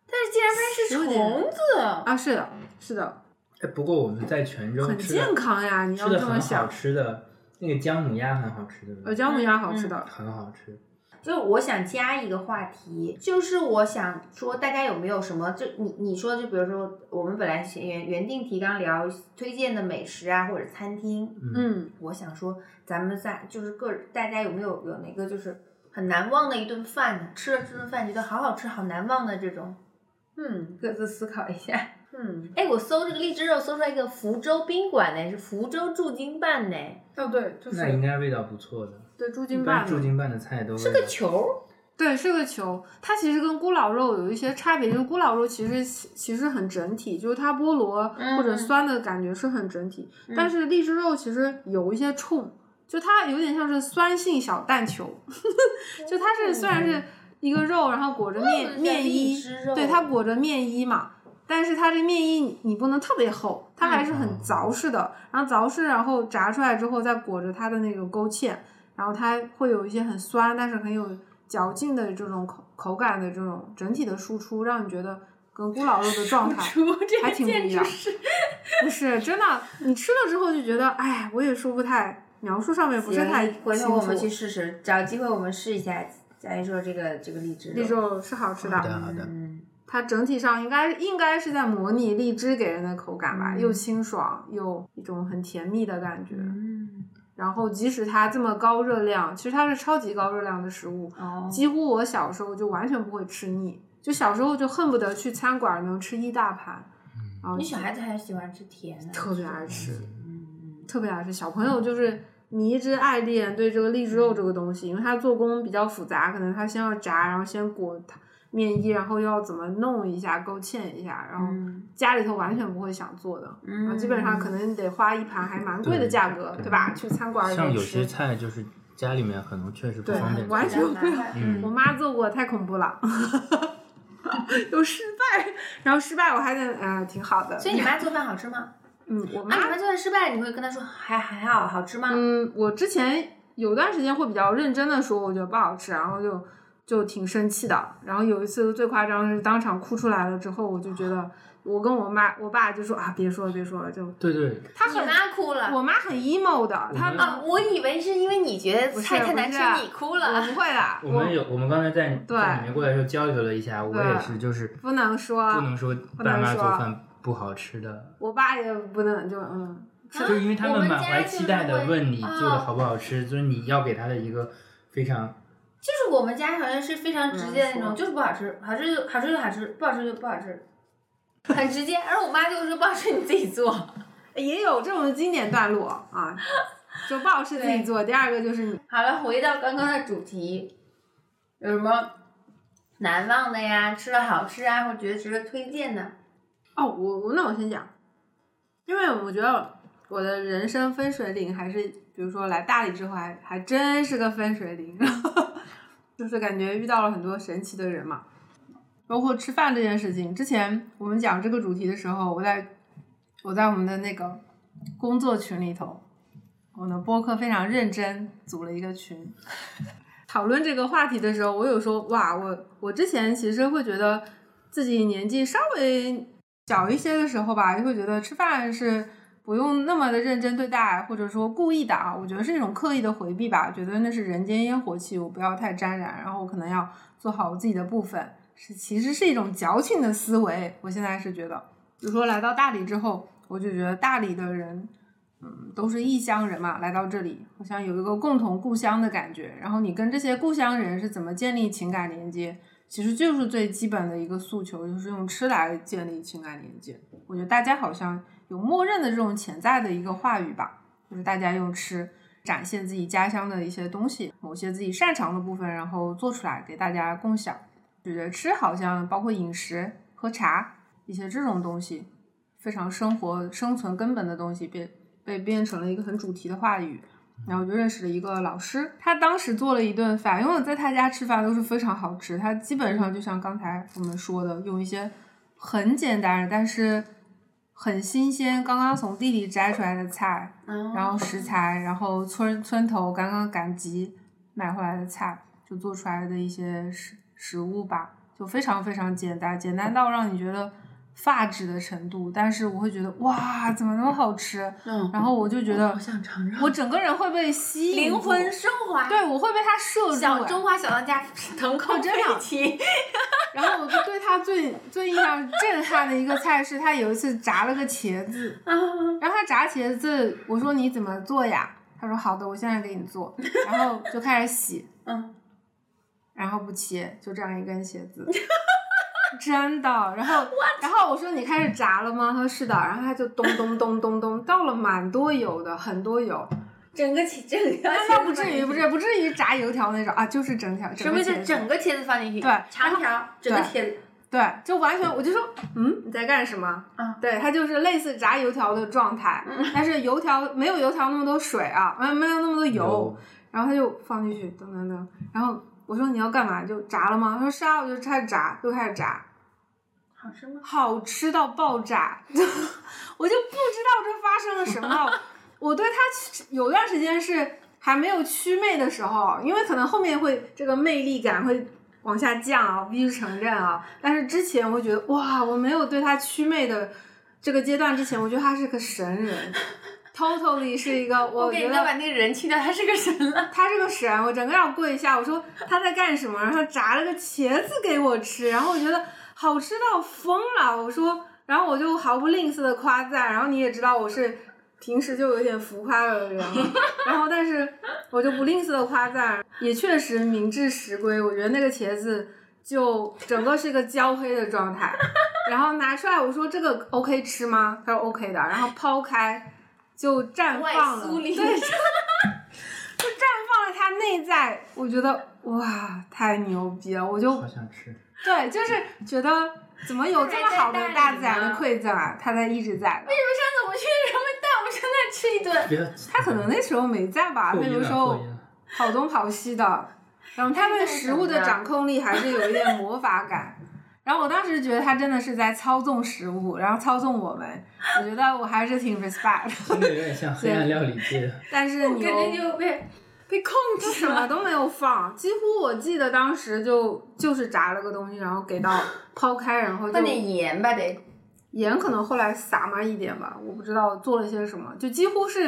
A: 但是竟然
B: 有
A: 发现是
B: 点
A: 虫子，
B: 啊，是的，是的，
C: 哎不过我们在泉州
B: 很
C: 吃的
B: 健康呀，你要
C: 吃的
B: 这么
C: 很好
B: 想。
C: 吃的那个姜母鸭很好吃，对不
B: 呃，
C: 对？
B: 姜母鸭好
A: 嗯
B: 吃
A: 嗯
B: 的，
C: 很好吃。
A: 就是我想加一个话题，就是我想说，大家有没有什么？就你你说，就比如说，我们本来是原原定提纲聊推荐的美食啊，或者餐厅，
C: 嗯，
B: 嗯，
A: 我想说，咱们在就是个人大家有没有有哪个就是很难忘的一顿饭，吃了这顿饭觉得好好吃、好难忘的这种，嗯，各自思考一下。
B: 嗯，
A: 哎，我搜这个荔枝肉，搜出来一个福州宾馆呢，是福州驻京办呢，
B: 哦对，就
C: 那应
B: 是
C: 该味道不错的。
B: 对猪
C: 一
B: 筋
C: 般
B: 拌
C: 驻
B: 的，
C: 京办的菜都
A: 是
C: 味
A: 个
C: 道
A: 球儿，
B: 对，是个球。它其实跟咕老肉有一些差别，就是咕老肉其实其实很整体，就是它菠萝
A: 嗯
B: 或者
A: 嗯
B: 酸的感觉是很整体，
A: 嗯
B: 但是荔枝肉其实有一些冲，就它有点像是酸性小蛋球，就它
A: 哦
B: 是虽然是一个肉，然后裹着
A: 怪不
B: 面
A: 得
B: 面
A: 叫嗯荔
B: 衣
A: 枝肉，
B: 对，它裹着面衣嘛。但是它这面衣你你不能特别厚，它还是很
C: 嗯
B: 凿实的。然后凿实，然后炸出来之后再裹着它的那个勾芡，然后它会有一些很酸，但是很有嚼劲的这种口口感的这种整体的输出，让你觉得跟咕老肉的状 态
A: 出这
B: 还
A: 个
B: 挺不
A: 建
B: 一
A: 筑
B: 样
A: 师。
B: 不是真的，你吃了之后就觉得，哎，我也说不太，描述上面不是
A: 行
B: 太
A: 回
B: 清
A: 头我们去
B: 楚。
A: 试试，找机会我们试一下。佳怡说这个这个荔枝肉，
B: 荔枝肉是好吃
C: 好的
B: 的，
C: 好的。
A: 嗯，
B: 它整体上应该应该是在模拟荔枝给人的口感吧，
A: 嗯
B: 又清爽又一种很甜蜜的感觉。
A: 嗯，
B: 然后即使它这么高热量，其实它是超级高热量的食物，
A: 哦，
B: 几乎我小时候就完全不会吃腻，就小时候就恨不得去餐馆能吃一大盘，
C: 嗯
B: 然后
A: 你小孩子还是喜欢吃甜的，
B: 特别爱吃。
A: 嗯，
B: 特别爱吃。小朋友就是迷之爱恋，对这个荔枝肉这个东西，因为它做工比较复杂，可能它先要炸，然后先裹它面衣，然后要怎么弄一下，勾芡一下，然后
A: 嗯
B: 家里头完全不会想做的。然后
A: 嗯，
B: 啊基本上可能你得花一盘还蛮贵的价格，
C: 对
B: 对吧？去餐馆
C: 像
B: 里
C: 有
B: 面
C: 些
B: 吃，
C: 菜就是家里面可能确实不
B: 对
C: 方便，
B: 完全
A: 比较麻烦
C: 嗯
B: 我妈做过，太恐怖了， 有失败，然后失败我还得啊、挺好的。
A: 所以你妈做饭好吃吗？
B: 嗯，我
A: 啊，
B: 妈
A: 你妈做饭失败了，你会跟她说还还好好吃吗？
B: 嗯，我之前有段时间会比较认真的说，我觉得不好吃，然后就就挺生气的。然后有一次最夸张是当场哭出来了之后，我就觉
A: 啊
B: 得我跟我妈我爸就说啊，别说了别说了，就
C: 对对，
B: 他
A: 你
B: 很
A: 妈哭了
B: 我妈很 emo 的，
C: 我
B: 他
C: 们
A: 啊！我以为是因为你觉得
B: 不是
A: 菜太
B: 不
A: 难吃
B: 是，啊
A: 你哭
B: 我
A: 了。
B: 不会的，
C: 我们有我们刚才在
B: 对
C: 在你们过来的时候交流了一下，我也是就是
B: 不能说
C: 不能说爸
B: 能
C: 妈做
B: 说
C: 饭不好吃的，
B: 我爸也不能就嗯
A: 啊
C: 就是因为他
A: 我
C: 们
A: 们
C: 满
A: 家
C: 怀
A: 就是
C: 期待的
A: 会
C: 问你
A: 啊
C: 做的好不好吃，就是你要给他的一个非常
A: 就是我们家好像是非常直接的那
B: 嗯
A: 种，
B: 说
A: 就是不好吃，好吃就好吃就好吃，不好吃就不好吃，很直接。而我妈就会说不好吃你自己做。
B: 也有这种经典段落啊，就不好吃自己
A: 对
B: 做。第二个就是你
A: 好了，回到刚刚的主题，有什么难忘的呀？吃了好吃啊，或者觉得值得推荐的？
B: 哦，我我那我先讲，因为我觉得我的人生分水岭还是，比如说来大理之后还还真是个分水岭， 就是感觉遇到了很多神奇的人嘛，包括吃饭这件事情。之前我们讲这个主题的时候，我在我在我们的那个工作群里头，我们的播客非常认真组了一个群， 讨论这个话题的时候，我有说哇，我我之前其实会觉得自己年纪稍微小一些的时候吧，就会觉得吃饭是不用那么的认真对待，或者说故意的啊，我觉得是一种刻意的回避吧，觉得那是人间烟火气，我不要太沾染，然后我可能要做好我自己的部分，是其实是一种矫情的思维。我现在是觉得，比如说来到大理之后，我就觉得大理的人。嗯，都是异乡人嘛，来到这里好像有一个共同故乡的感觉。然后你跟这些故乡人是怎么建立情感连接？其实就是最基本的一个诉求，就是用吃来建立情感连接。我觉得大家好像有默认的这种潜在的一个话语吧，就是大家用吃展现自己家乡的一些东西，某些自己擅长的部分，然后做出来给大家共享。觉得吃好像包括饮食、喝茶一些这种东西，非常生活生存根本的东西被被变成了一个很主题的话语。然后我就认识了一个老师，他当时做了一顿饭，因为我在他家吃饭都是非常好吃，他基本上就像刚才我们说的，用一些很简单的，但是很新鲜，刚刚从地里摘出来的菜，
A: 嗯
B: 然后食材，然后村村头刚刚赶集买回来的菜，就做出来的一些食食物吧，就非常非常简单，简单到让你觉得发指的程度。但是我会觉得哇，怎么那么好吃？
A: 嗯，
B: 然后我就觉得
A: 我想尝尝
B: 我整个人会被吸引
A: 灵
B: 住，
A: 魂升华，
B: 对我会被他射住。
A: 小
B: 哎
A: 中华小当家腾空
B: 这
A: 飞
B: 样
A: 起，
B: 然后我就对他最最印象震撼的一个菜是，他有一次炸了个茄子，
A: 啊
B: 然后他炸茄子，我说你怎么做呀？他说好的，我现在给你做，然后就开始洗，
A: 嗯，
B: 然后不切，就这样一根茄子。真的，然后，然后我说你开始炸了吗？他说是的，然后他就咚咚咚咚咚倒了蛮多油的，很多油，
A: 整个起整个，
B: 但 那不至于，不至于，不至于炸油条那种啊，就是整条，
A: 什
B: 整
A: 么
B: 个
A: 是
B: 茄子。
A: 整个茄子放进去？
B: 对
A: 长条，整个茄子，
B: 对，就完全我就说，嗯，啊你在干什么？
A: 嗯
B: 对，它就是类似炸油条的状态，但是油条没有油条那么多水啊，没有没有那么多油，然后他就放进去，等等等，然后我说你要干嘛？就炸了吗？他说是啊，我就开始炸，就开始炸，
A: 好吃吗？
B: 好吃到爆炸， 我就不知道这发生了什么。 我对他有段时间是还没有祛魅的时候，因为可能后面会这个魅力感会往下降啊，我必须承认啊。但是之前我觉得哇，我没有对他祛魅的这个阶段之前，我觉得他是个神人，totally 是一个我
A: 我给
B: 觉
A: 你
B: 得
A: 都把那个人去掉，他是个神了。
B: 他这个神，我整个要跪下。我说他在干什么？然后炸了个茄子给我吃，然后我觉得好吃到疯了。我说，然后我就毫不吝啬的夸赞。然后你也知道我是平时就有点浮夸的人嘛，然后但是我就不吝啬的夸赞，也确实名至实归。我觉得那个茄子就整个是一个焦黑的状态。然后拿出来，我说这个 OK 吃吗？他说 OK 的，然后抛开就绽
A: 外
B: 放了，
A: 酥里
B: 对，绽就绽放了它内在。我觉得哇，太牛逼了！我就
C: 好想吃。
B: 对，就是觉得怎么有这么好的大自然的馈赠啊？它在一直在
A: 上
B: 的，
A: 次我们去什么带我们上那吃一顿，
C: 别，
B: 它可 能那时候没在吧，
C: 破
B: 那
C: 音
B: 个
C: 了
B: 时
C: 破
B: 候
C: 音了啊
B: 跑东跑西的，然后他对食物的掌控力还是有一点魔法感。 然后我当时觉得他真的是在操纵食物，然后操纵我们，我觉得我还是挺 respect 的。
C: 听着有点像黑暗料理界的。
B: 但是
A: 我
B: 你
A: 感觉
B: 又
A: 就被被控
B: 就
A: 制
B: 什
A: 了
B: 么。都没有放，几乎我记得当时就就是炸了个东西，然后给到抛开，然后就
A: 放点盐吧，得
B: 盐可能后来撒嘛一点吧，我不知道做了些什么，就几乎是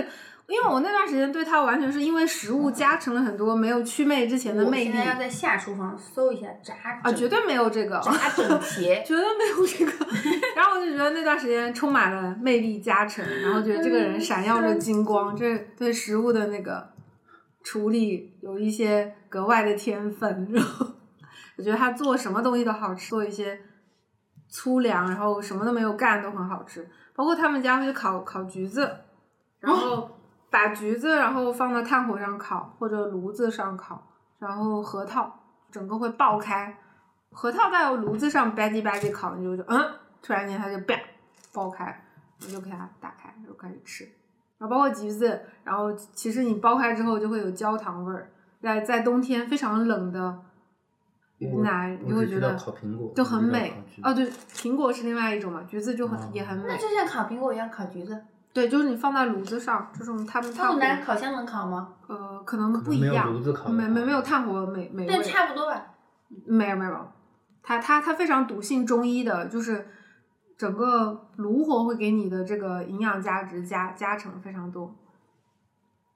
B: 因为我那段时间对它完全是因为食物加成了很多没有祛魅之前的
A: 我
B: 魅
A: 现
B: 力
A: 在要在下厨房搜一下炸
B: 啊，绝对没啊有这个。
A: 炸 整茄，
B: 觉得没有这个，然后我就觉得那段时间充满了魅力加成，然后觉得这个人闪耀着金光，这对食物的那个处理有一些格外的天分。然后我觉得他做什么东西都好吃，做一些粗粮，然后什么都没有干都很好吃。包括他们家会烤烤橘子，然后把橘子然后放到炭火上烤或者炉子上烤，然后核桃整个会爆开，核桃在炉子上吧唧吧唧烤，你就就嗯，突然间它就啪爆开，你就给它打开，就开始吃。然后包括橘子，然后其实你剥开之后就会有焦糖味儿，在在冬天非常冷的云南，你
C: 我
B: 会
C: 只
B: 觉
C: 知道
B: 得
C: 烤苹果，
B: 就
C: 我不
B: 很
C: 知道
B: 美
C: 烤橘
B: 哦。
C: 子，
B: 对，苹果是另外一种嘛，橘子就很、
C: 哦
B: 也很美
A: 那。就像烤苹果一样烤橘子。
B: 对，就是你放在炉子上，就是我们他们
A: 那
B: 炭
A: 我
B: 火，
A: 拿烤箱能烤吗？
B: 呃，可能
C: 可能
B: 不一样
C: 没有炉，子烤的
B: 没没
C: 好
B: 没有炭火美美
A: 但
B: 味，
A: 差不多吧。
B: 没有没有，它它它非常笃信中医的，就是整个炉火会给你的这个营养价值加加成非常多。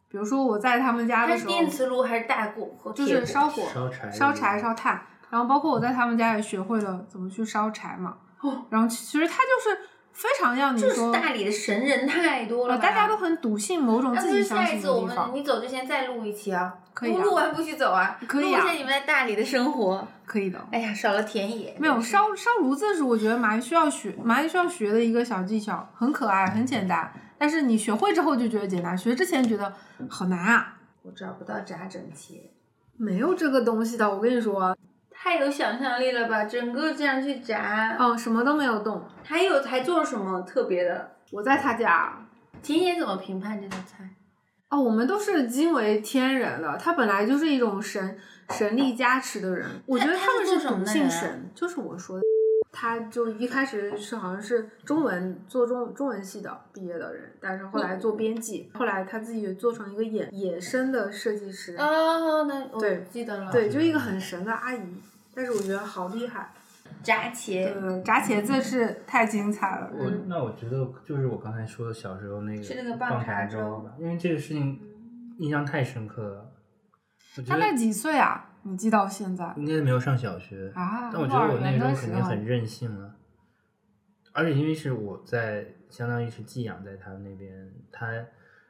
B: 比如说我在他们家
A: 它
B: 的
A: 是
B: 时
A: 电
B: 候，
A: 磁炉还是大锅和
B: 就
A: 铁
B: 是
A: 锅
B: 烧火、
C: 烧柴的
B: 烧
C: 那
B: 柴、
C: 种
B: 烧炭，然后包括我在他们家也学会了怎么去烧柴嘛。
A: 哦
B: 然后其其实它就是非常让你
A: 这是
B: 说，
A: 大理的神人太多了
B: 呃，
A: 吧，
B: 大家都很笃信某种
A: 那
B: 自
A: 不是
B: 己相
A: 下
B: 信
A: 一
B: 的
A: 次我
B: 地
A: 们
B: 方。
A: 你走之前再录一期啊，
B: 可以
A: 不
B: 啊
A: 录完不许走啊，
B: 可以啊
A: 录一下你们在大理的生 活。
B: 可以的。
A: 哎呀，少了田野，
B: 没有
A: 真是
B: 烧烧炉子是我觉得蛮需要学蛮需要学的一个小技巧，很可爱，很简单。但是你学会之后就觉得简单，学之前觉得好难啊，
A: 我找不到炸整茄，
B: 没有这个东西的。我跟你说，
A: 太有想象力了吧，整个这样去炸。
B: 哦，什么都没有动。
A: 还有还做了什么特别的？
B: 我在他家
A: 田野怎么评判这道菜？
B: 哦，我们都是惊为天人了。他本来就是一种神神力加持的人，我觉得
A: 他
B: 们
A: 是做
B: 是
A: 什么的
B: 笃信
A: 人啊
B: 神，就是我说的。他就一开始是好像是中文做中中文系的毕业的人，但是后来做编辑，后来他自己做成一个野野生的设计师，
A: 哦，那我
B: 对
A: 记得了。
B: 对，就一个很神的阿姨。但是我觉得好厉害，
A: 炸茄
B: 呃，炸茄子是太精彩了，
C: 我那我觉得就是我刚才说的小时候那个
A: 吃那个
C: 棒
A: 棒
C: 茶
A: 茶
C: 粥
A: 粥嗯
C: 吧，因为这个事情印象太深刻了。我觉
B: 大
C: 得
B: 概几岁啊？你记到现在
C: 应该没有上小学，
B: 啊？
C: 但我觉
B: 幼儿
C: 得我那
B: 园
C: 时候
B: 的
C: 肯
B: 时
C: 定
B: 候
C: 很任性了。而且因为是我在，相当于是寄养在他们那边，他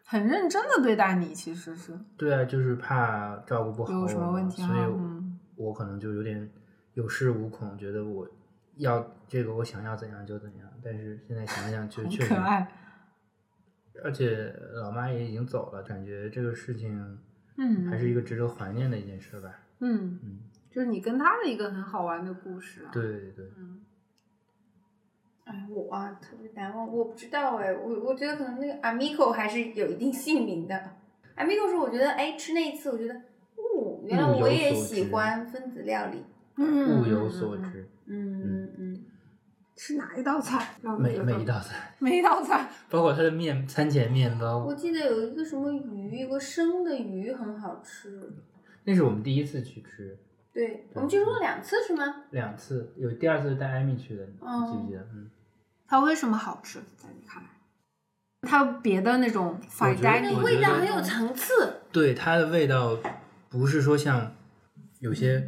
B: 很认真的对待你，其实是
C: 对啊，就是怕照顾不好
B: 有什么
C: 我嘛
B: 问题啊
C: 所以
B: 嗯
C: 我可能就有点有恃无恐，觉得我要这个我想要怎样就怎样。但是现在 想想就
B: 很
C: 确实
B: 可爱。
C: 而且老妈也已经走了，感觉这个事情
B: 嗯，
C: 还是一个值得怀念的一件事吧。
B: 嗯，
C: 嗯，
B: 就是你跟他的一个很好玩的故事、啊。，
C: 对对对，
B: 嗯，
A: 哎，我啊特别难忘，我不知道哎，我我觉得可能那个 Amico 还是有一定姓名的。Amico 是我觉得哎，吃那一次我觉得，哦，原来
C: 物有
A: 我也
C: 所
A: 喜
C: 值
A: 欢分子料理。
B: 嗯
C: 物有所。值，
A: 嗯嗯嗯，
B: 吃哪一道菜？嗯让我
C: 每
B: 觉得
C: 每一道菜，
B: 每一道菜，
C: 包括他的面餐前面包
A: 嗯我，记得有一个什么鱼，有个生的鱼很好吃。
C: 那是我们第一次去吃，
A: 对，我们去过两次是吗？
C: 两次，有第二次带艾米去的，你
A: 哦
C: 记不记得？嗯，
B: 它为什么好吃？在你看来，它别的那种
C: 我
B: fine
C: 觉得
A: 那
B: dining
A: 个
C: 我
A: 味
C: 觉
A: 道
C: 得
A: 很有层次。
B: 嗯
C: 对，它的味道不是说像有些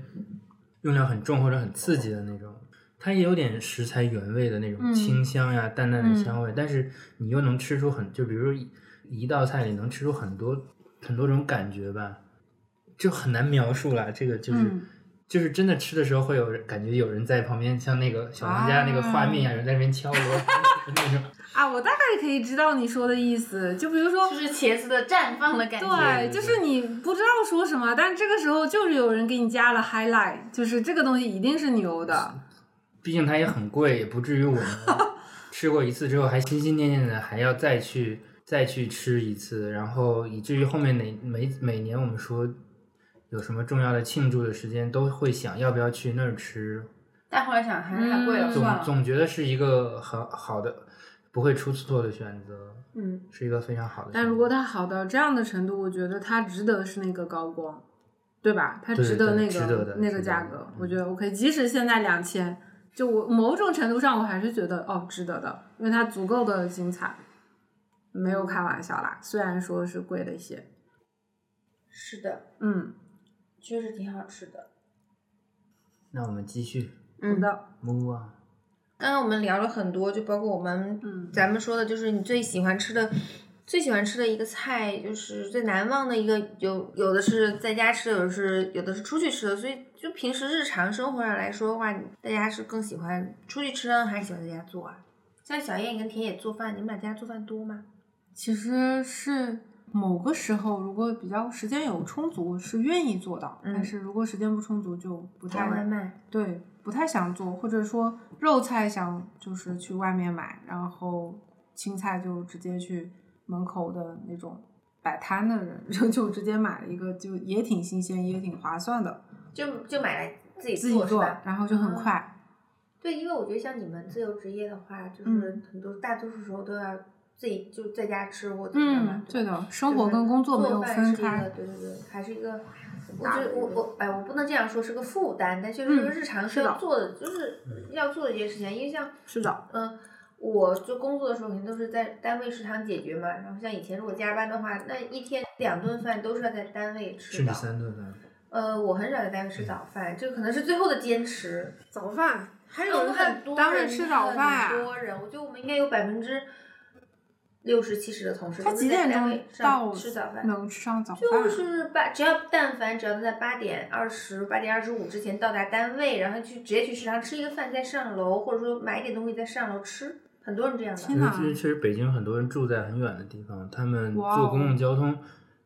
C: 用料很重或者很刺激的那种，它也有点食材原味的那种
B: 嗯
C: 清香呀、淡淡的
B: 嗯
C: 香味，但是你又能吃出很，就比如说一一道菜里能吃出很多很多种感觉吧，就很难描述了。这个就是。
B: 嗯
C: 就是真的吃的时候会有人感觉有人在旁边，像那个小当家那个画面一样，有人在那边敲锣那种。
B: 啊，我大概可以知道你说的意思。就比如说，
A: 就是茄子的绽放的感觉。
B: 对，
C: 对
B: 就是你不知道说什么，但这个时候就是有人给你加了 highlight，就是这个东西一定是牛的。
C: 毕竟它也很贵，也不至于我们吃过一次之后还心心念念的还要再去再去吃一次，然后以至于后面每每每年我们说有什么重要的庆祝的时间，都会想要不要去那儿吃，
A: 但后来想还是太贵了，
B: 嗯
C: 总
A: 算了。
C: 总觉得是一个很好的不会出错的选择，
A: 嗯，
C: 是一个非常好的选择。
B: 但如果它好到这样的程度，我觉得它值得是那个高光，对吧？它
C: 对
B: 值得
C: 对
B: 那
C: 值得的
B: 个那
C: 值
B: 个
C: 得
B: 价
C: 的
B: 格
C: 嗯，
B: 我觉得 OK。即使现在两千，就我某种程度上我还是觉得哦值得的，因为它足够的精彩，没有开玩笑啦。虽然说是贵了一些，
A: 是的，
B: 嗯，
A: 确实挺好吃的。
C: 那我们继续
B: 好的，
C: move on。
A: 刚刚我们聊了很多，就包括我们
B: 嗯
A: 咱们说的，就是你最喜欢吃的。最喜欢吃的一个菜，就是最难忘的一个，有有的是在家吃的，有的是有的是出去吃的，所以就平时日常生活上来说的话，你大家是更喜欢出去吃呢，还是喜欢在家做啊？像小燕跟田野做饭，你们俩在家做饭多吗？
B: 其实是某个时候，如果比较时间有充足，是愿意做到；
A: 嗯
B: 但是如果时间不充足，就不
A: 点外
B: 太
A: 卖，
B: 对，不太想做，或者说肉菜想就是去外面买，然后青菜就直接去门口的那种摆摊的人 就就直接买了一个，就也挺新鲜，也挺划算的，
A: 就就买来自己
B: 自己
A: 做是
B: 做
A: 吧，？嗯
B: 然后就很快。
A: 对，因为我觉得像你们自由职业的话，就是
B: 嗯
A: 很多大多数时候都要自己就在家吃或怎么样嘛
B: 嗯，。对的，生活跟工作没有
A: 就是做饭
B: 分
A: 是一
B: 开
A: 个。对对对，还是一个，我
B: 大
A: 觉得我我哎，我不能这样说是个负担，但确实是个
B: 嗯
A: 日常需
B: 是的
A: 要做的，就是要做的一件事情。因为像
B: 是的，
A: 嗯、我就工作的时候肯定都是在单位食堂解决嘛，然后像以前如果加班的话，那一天两顿饭都是要在单位吃
C: 甚
A: 的
C: 至。三顿饭，
A: 呃，我很少在单位吃早饭，这可能是最后的坚持。
B: 早饭还
A: 我们很多
B: 单位
A: 人
B: 吃早饭啊
A: 很多人，我觉得我们应该有百分之六十七十的同事
B: 他
A: 都
B: 几
A: 是在
B: 点
A: 单
B: 钟
A: 位
B: 到
A: 上吃早饭。
B: 能吃上早饭？啊
A: 就是八，只要但凡只要他在八点二十、八点二十五之前到达单位，然后去直接去食堂吃一个饭，再上楼，或者说买一点东西再上楼吃，很多人这样
B: 天
A: 的。
C: 因为
B: 哪
C: 其实确实北京很多人住在很远的地方，他们
B: 哇
C: 坐公
B: 哦
C: 共交通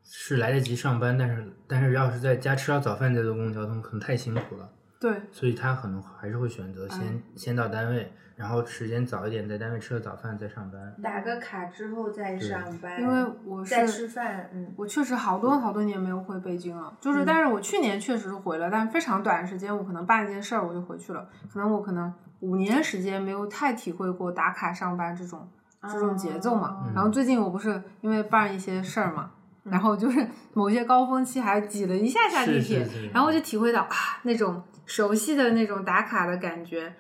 C: 是来得及上班，但是但是要是在家吃到早饭再坐公共交通，可能太辛苦了。
B: 对，
C: 所以他可能还是会选择先、
A: 嗯
C: 先到单位，然后时间早一点在单位吃了早饭再上班。
A: 打个卡之后再上班，
B: 因为我
A: 再
B: 是
A: 吃饭，嗯，
B: 我确实好多好多年没有回北京了，就是，
A: 嗯
B: 但是我去年确实是回了，但非常短时间，我可能办一件事儿我就回去了，可能我可能五年时间没有太体会过打卡上班这种这种节奏嘛。
A: 嗯
B: 然后最近我不是因为办一些事儿嘛，
A: 嗯
B: 然后就是某些高峰期还挤了一下下地
C: 是
B: 铁，
C: 是是
B: 然后我就体会到啊那种熟悉的那种打卡的感觉，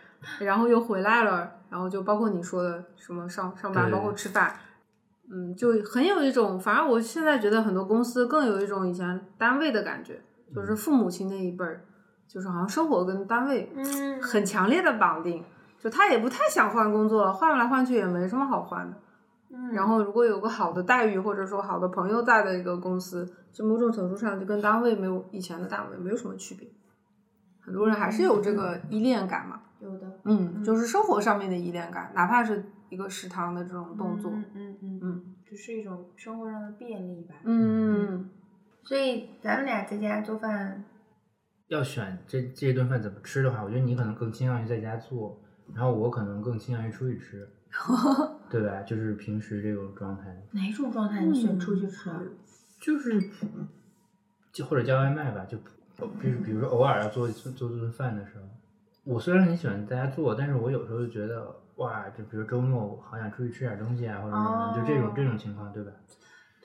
B: 然后又回来了，然后就包括你说的什么上上班，
C: 对
B: 包括吃饭，嗯，就很有一种，反正我现在觉得很多公司更有一种以前单位的感觉，就是父母亲那一辈儿，就是好像生活跟单位
A: 嗯，
B: 很强烈的绑定，就他也不太想换工作了，换来换去也没什么好换的。
A: 嗯，
B: 然后如果有个好的待遇，或者说好的朋友在的一个公司，就某种程度上就跟单位没有以前的单位没有什么区别。很多人还是有这个依恋感嘛，
A: 有的
B: 嗯，就是生活上面的依恋感，哪怕是一个食堂的这种动作，
A: 嗯嗯嗯
B: 嗯，
A: 就是一种生活上的便利吧。
B: 嗯，
A: 所以咱们俩在家做饭，
C: 要选这这顿饭怎么吃的话，我觉得你可能更倾向于在家做，然后我可能更倾向于出 去吃，对吧？就是平时这种状态，
A: 哪种状态你选出去吃啊？
C: 就是就或者叫外卖吧，就比如比如说偶尔要做做做顿饭的时候，我虽然很喜欢在家做，但是我有时候就觉得哇，就比如周末我好想出去吃点东西啊，或者什么，就这
A: 哦
C: 种这种情况，对吧？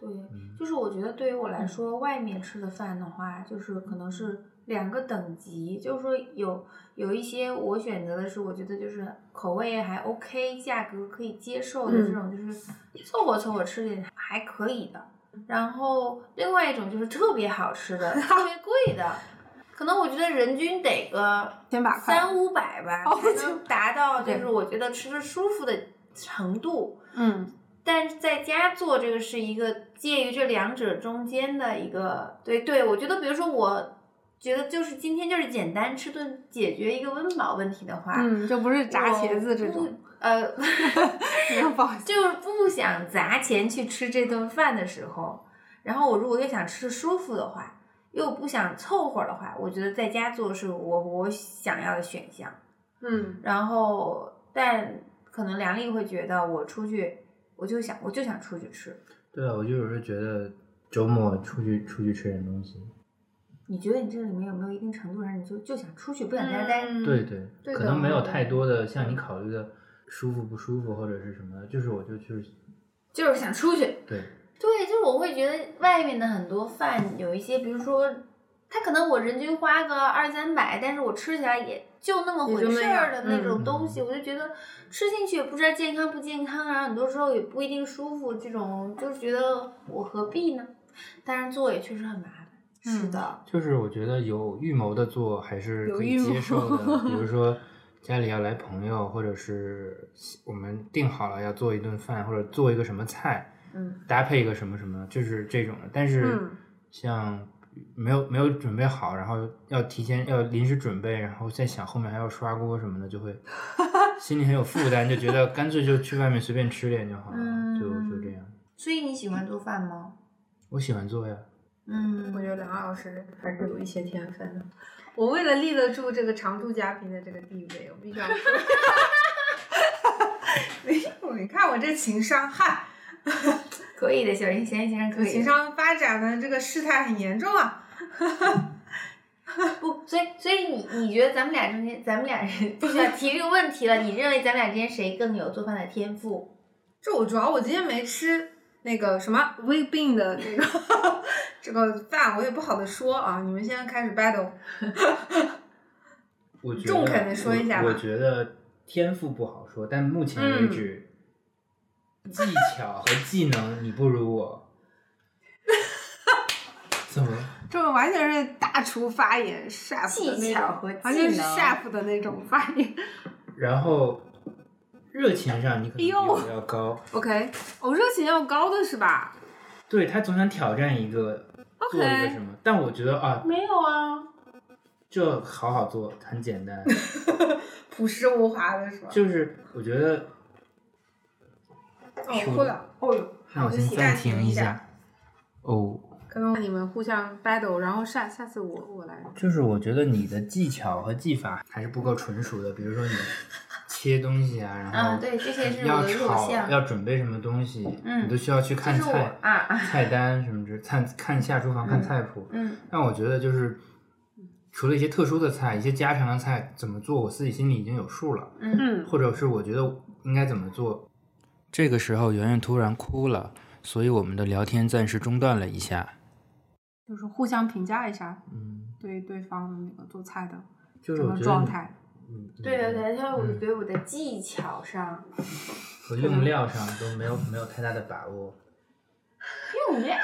A: 对，
C: 嗯，
B: 哦
A: 就是我觉得对于我
B: 嗯
A: 来说，外面吃的饭的话，就是可能是两个等级，就是说有有一些我选择的是，我觉得就是口味还 OK，价格可以接受的
B: 嗯
A: 这种，就是凑合凑合吃点还可以的。
B: 嗯
A: 然后另外一种就是特别好吃的，特 别贵的，可能我觉得人均得个
B: 千把块，
A: 三五百吧，
B: 哦
A: 才能达到就
B: 对
A: 是我觉得吃着舒服的程度。
B: 嗯，
A: 但是在家做这个是一个介于这两者中间的一个，对对，我觉得比如说我觉得就是今天就是简单吃顿解决一个温饱问题的话，
B: 嗯，就不是炸茄子这
A: 我不
B: 种，，
A: 呃，
B: 没 有不好意思，
A: 就是不想砸钱去吃这顿饭的时候，然后我如果又想吃舒服的话，又不想凑合的话，我觉得在家做是我我想要的选项。
B: 嗯
A: 然后，但可能梁丽会觉得我出去，我就想我就想出去吃。
C: 对啊，我就有时候觉得周末出去出去吃点东西，
A: 你觉得你这里面有没有一定程度上，你就就想出去，不想在家待？
B: 嗯
C: 对对，
B: 对
C: 可
B: 的嗯
C: 能没有
B: 对
C: 太
B: 的
C: 多的像你考虑的舒服不舒服或者是什么的，就是我就去
A: 就是想出去。
C: 对
A: 对，就是我会觉得外面的很多饭有一些，比如说，它可能我人均花个二三百，但是我吃起来也就那么
B: 也
A: 回
B: 就那
A: 事
B: 样
A: 儿的那
B: 嗯
A: 种东西，我就觉得吃进去也不知道健康不健康，然后很多时候也不一定舒服，这种就是觉得我何必呢？但是做也确实很麻烦。是
B: 嗯
A: 的，
C: 就是我觉得有预谋的做还是
B: 有
C: 可
B: 预
C: 以
B: 谋
C: 接受的，比 如说家里要来朋友，或者是我们定好了要做一顿饭，或者做一个什么菜，
A: 嗯，
C: 搭配一个什么什么，就是这种的。但是
B: 嗯
C: 像没有没有准备好，然后要提前要临时准备，然后再想后面还要刷锅什么的，就 会心里很有负担，就觉得干脆就去外面随便吃点就好了，就就
B: 嗯
C: 这样。
A: 所以你喜欢做饭吗？
C: 我喜欢做呀，
A: 嗯
B: 我觉得梁老师还是有一些天分的。我为了立得住这个常驻嘉宾的这个地位，我必须要说。 没有，你看我这情商，嗨，
A: 可以的，小林先生可
B: 我
A: 以的。
B: 情商发展的这个事态很严重啊。
A: 不，所以所以你你觉得咱们俩中间，咱们俩人不需要 提这个问题了。你认为咱们俩之间谁更有做饭的天赋？
B: 就我主要我今天没吃那个什么 We Bean 的那个 这个饭，我也不好的说啊。你们现在开始 battle，
C: 我觉得
B: 中肯地说一下吧嗯
C: 我。我觉得天赋不好说，但目前为止，技巧和技能你不如我。怎么？
B: 这完全是大厨发言，chef 的
A: 技
B: 那
A: 巧
B: 种
A: 和技，
B: 完全是
A: 能
B: chef 的那种发言。
C: 然后热情上你可
B: 哎
C: 能比我要高，
B: OK，哦，热情要高的是吧？
C: 对他总想挑战一个做一个什么，但我觉得啊，
A: 没有啊，
C: 这好好做，很简单，
B: 朴实无华的是吧？
C: 就是我觉得
B: 哦，哭了。哦呦，
C: 让
B: 我
C: 我先
B: 就喜
C: 暂
B: 欢
C: 停
B: 你
C: 一
B: 一下
C: 下。哦，
B: 可能你们互相 battle，然后下下次我我来。
C: 就是我觉得你的技巧和技法还是不够纯熟的，比如说你切东西啊，然
A: 啊，
C: 后
A: 对，这些是我
C: 要
A: 的弱
C: 炒、
A: 项。
C: 要准备什么东西，
A: 嗯
C: 你都需要去看
A: 这是我
C: 菜、
A: 啊啊
C: 菜单什么之，看看下厨房、看
A: 嗯
C: 菜谱。
A: 嗯
C: 但我觉得就是除了一些特殊的菜，一些家常的菜怎么做，我自己心里已经有数了，
A: 嗯
B: 嗯，
C: 或者是我觉得应该怎么做。这个时候，圆圆突然哭了，所以我们的聊天暂时中断了一下。
B: 就是互相评价一下
C: 嗯，
B: 对对方的那个做菜的
C: 就是
B: 整
C: 我觉
B: 个
C: 得
B: 状
C: 你
B: 态。
C: 嗯，嗯
A: 对对对，就是我
C: 嗯
A: 觉得我的技巧上，
C: 和用料上都没有没有太大的把握，
A: 用料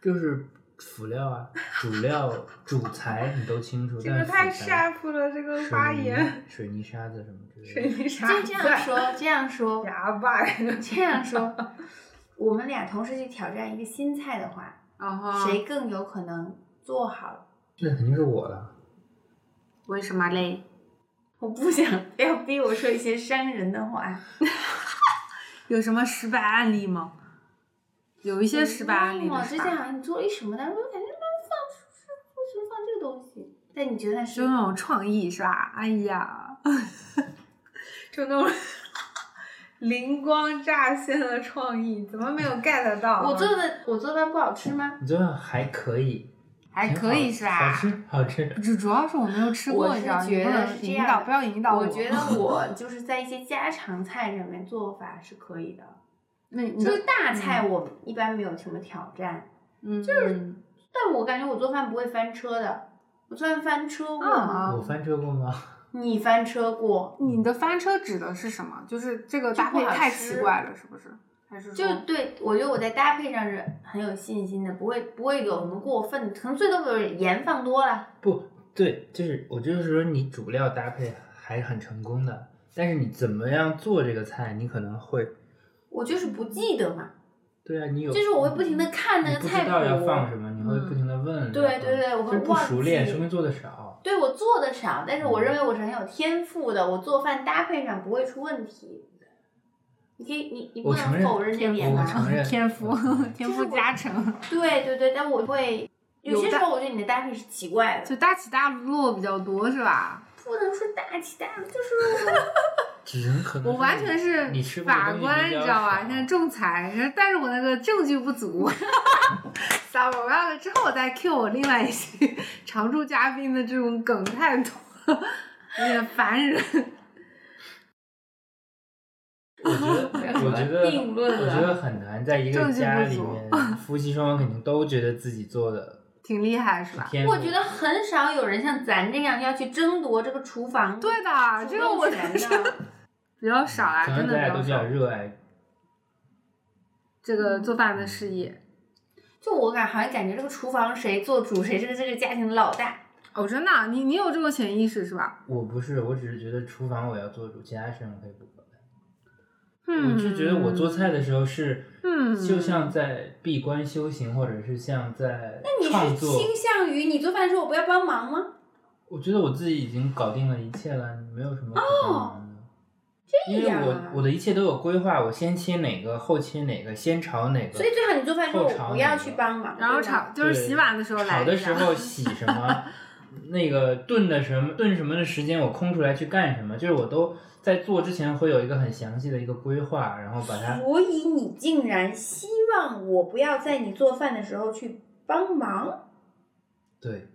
C: 就是辅料啊、主料、主材你都清楚，
B: 这
C: 但
B: 个
C: 是
B: 太
C: 辅材
B: sharp 了，这个发
C: 水泥
B: 言，、
C: 水泥沙子什么之
B: 水
C: 类的。
B: 泥沙
A: 就这样说，这样说，
B: 牙吧？
A: 这样说，我们俩同时去挑战一个新菜的话，
B: 啊哈，
A: 谁更有可能做好？
C: 那肯定是我了。
B: 为什么嘞？
A: 我不想，不要逼我说一些伤人的话。
B: 有什么失败案例吗？有一些失败案例
A: 我
B: 的
A: 啊之
B: 是
A: 前
B: 吧？
A: 好像你做了一什么的，我感觉他们放为什么放这个东西？但你觉得那是
B: 就那种创意是吧？哎呀， 就那种灵光乍现的创意，怎么没有 get 到啊
C: 嗯
A: 我做的我做饭不好吃吗？
C: 你这样还可以，
B: 还
C: 挺好
B: 可以是吧
C: 好？吃，好吃。
B: 主主要是我没有吃
A: 我
B: 过，
A: 是
B: 你知道，
A: 觉
B: 你不
A: 得
B: 能
A: 是这
B: 引
A: 样
B: 导，
A: 的
B: 不要引导
A: 我
B: 我
A: 觉得我就是在一些家常菜上面做法是可以的，
B: 那你
A: 就是
B: 的
A: 大菜
C: 嗯
A: 我一般没有什么挑战，
B: 嗯，就是
A: 但我感觉我做饭不会翻车的。我做饭翻车过
C: 嗯
A: 吗？
B: 啊
C: 我翻车过吗？
A: 你翻车过，
B: 你的翻车指的是什么？就是这个
A: 就
B: 搭
A: 不
B: 配
A: 好
B: 太
A: 吃
B: 奇怪了，是不是？还是
A: 就
B: 说
A: 对我觉得我在搭配上是很有信心的，不会不会有什么过分，可能最多就是盐放多了。
C: 不对，就是我就是说你主料搭配还是很成功的，但是你怎么样做这个菜，你可能会，
A: 我就是不记得嘛，
C: 对啊，你有，
A: 就是我会不停的看那
C: 你
A: 个
C: 不
A: 菜
C: 知道要放什
A: 谱，
C: 么，你会不停的问。
A: 对
C: 然后
A: 对对我会
C: 就是不熟
A: 忘
C: 练，
A: 记
C: 说明做的少。
A: 对我做的少，但是我
C: 嗯
A: 认为我是很有天赋的，我做饭搭配上不会出问题。你可以，你你不
C: 我承
A: 能
C: 认
A: 否认这点
C: 我
A: 吧？
C: 承认
B: 天赋
C: 我承认
B: 天赋加成，
A: 对对对，但我会有
B: 有
A: 些时
B: 搭
A: 候，我觉得你的搭配是奇怪的，
B: 就大起大落比较多是吧？
A: 不能说大起大落， 就是
C: 只能可能
B: 我
C: 是
B: 完
C: 你
B: 全是
C: 你吃过的
B: 法
C: 东西
B: 官，
C: 比
B: 你
C: 较
B: 知道吧？
C: 少
B: 现 在仲裁，但是我那个证据不足。 算了，我要之后我再 Q 我另外一些 常驻嘉宾的这种梗太多了，有点烦人。
C: 我觉得，我觉得，
A: 定论了
C: 我觉得很难在一个
B: 证据不
C: 家里
B: 足
C: 面，夫妻双方肯定都觉得自己做的
B: 挺厉害是吧？
C: 天赋。
A: 我觉得很少有人像咱这样要去争夺这个厨房
B: 对的，
A: 主
B: 这个我
A: 动
B: 觉
A: 权
B: 得
A: 的。
B: 比较少啦，
C: 可能
B: 真的
C: 咱俩
B: 比
C: 都
B: 较
C: 比
B: 少
C: 较。热爱，
B: 这个做饭的事业，
A: 就我感好像感觉这个厨房谁做主谁是这个家庭的老大。
B: 哦，真的啊，你你有这种潜意识是吧？
C: 我不是，我只是觉得厨房我要做主，其他事情我可以不管。
B: 嗯，
C: 我是觉得我做菜的时候是，
B: 嗯
C: 就像在闭关修行，或者是像在
A: 你
C: 创
A: 是
C: 作。
A: 倾向于你做饭的时候我不要帮忙吗？
C: 我觉得我自己已经搞定了一切了，没有什么可帮忙的。因为
A: 样啊
C: 我我的一切都有规划，我先切哪个，后切哪个，先炒哪个。
A: 所以最好你做饭的时候
C: 后炒
A: 我不要
C: 哪
A: 去
C: 个
A: 帮忙，
B: 然后
A: 对吧
B: 炒就是
C: 对
B: 洗碗的时候来
C: 炒
B: 一
C: 的
B: 下
C: 时候洗什么，那个炖的什么炖什么的时间我空出来去干什么，就是我都在做之前会有一个很详细的一个规划，然后把它
A: 所以你竟然希望我不要在你做饭的时候去帮忙，
C: 对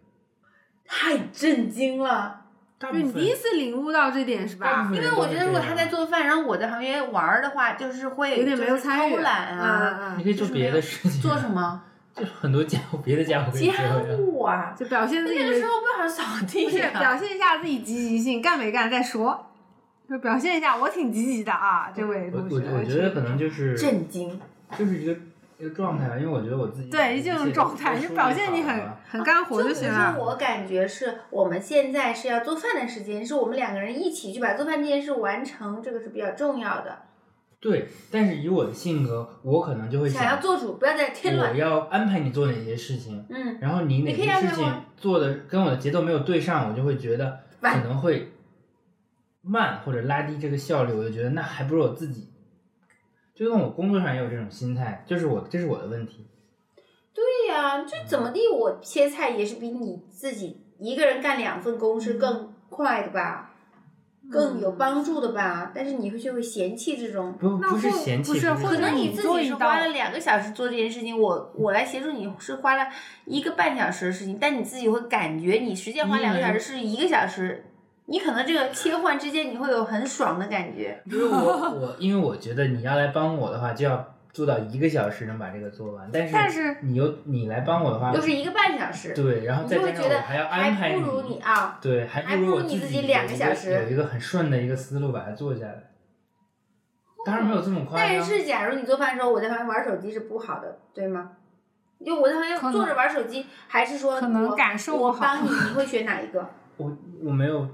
A: 太震惊了！
C: 大
B: 就
C: 部
B: 你
C: 分
B: 第一次领悟到这点是
C: 大
B: 吧
C: 部？分
A: 因
C: 人
A: 为
C: 都
A: 我
C: 是
A: 觉得如果
C: 这
A: 他
C: 样
A: 在做饭，然后我在旁边玩儿的话，就是会
B: 有点没有
A: 就是
B: 参与
A: 偷懒啊，
B: 嗯
C: 你
B: 嗯
C: 可以做别的事情，
A: 做什？么
C: 就是很多家务，别的家务可以
A: 家
C: 做呀。
A: 务啊
B: 嗯，？就表现自己
A: 那个时
B: 的
A: 候不好扫地
B: 不是
A: 啊，
B: 表现一下自己积极性，干没干再说，就表现一下我挺积极的啊，这位
C: 我
B: 同学。
A: 哎
C: 我我觉得可能就是
A: 震惊！
C: 就是一个一个状态吧，因为我觉得我自己把
B: 对
C: 一
B: 这
C: 切
B: 种
C: 都
B: 状态，
C: 都
B: 就
C: 梳理
B: 表现
C: 好啊
B: 你很
C: 了
B: 很干活
A: 就啊比
B: 行啊
A: 如
B: 了
C: 啊
A: 说，。我感觉是我们现在是要做饭的时间，是我们两个人一起去把做饭这件事完成，这个是比较重要的。
C: 对，但是以我的性格，我可能就会
A: 想要做主，不要再添
C: 我
A: 乱。
C: 要安排你做哪些事情，
A: 嗯，
C: 然后你哪
A: 你可
C: 些
A: 以安排
C: 事情
A: 我
C: 做的跟我的节奏没有对上，我就会觉得可
A: 晚
C: 能会慢或者拉低这个效率，我就觉得那还不如我自己。就跟我工作上也有这种心态，就是我这是我的问题，
A: 对呀、啊，这怎么地？我切菜也是比你自己一个人干两份工是更快的吧，更有帮助的吧。但是你会就会嫌弃这种，
C: 不
B: 那
C: 不是
B: 或
C: 嫌弃，
B: 不是或
A: 可
B: 者
A: 能
B: 你
A: 自
B: 做
A: 己
B: 一
A: 是
B: 道
A: 花了两个小时做这件事情，我我来协助你是花了一个半小时的事情，但你自己会感觉你实际上花两个
C: 嗯
A: 小时是一个小时，你可能这个切换之间你会有很爽的感觉。
C: 因为我我因为我觉得你要来帮我的话，就要做到一个小时能把这个做完，但是
B: 但是
C: 你又你来帮我的话，
A: 又是一个半小时，
C: 对，然后
A: 你
C: 再
A: 就会
C: 加上
A: 觉得
C: 我还要安排
A: 不如你啊，
C: 对，还
A: 还
C: 不
A: 不
C: 如
A: 如
C: 我
A: 你自己
C: 有
A: 两
C: 一
A: 个小时
C: 有一个很顺的一个思路把它做下来。当然没有这么夸张，
A: 但是，假如你做饭的时候，我在旁边玩手机是不好的，对吗？就我在旁
B: 可
A: 边
B: 能
A: 坐着玩手机，还是说
B: 可能
A: 我
B: 感受不
A: 我
B: 好
A: 帮你，你会选哪一 个？
C: 我我没有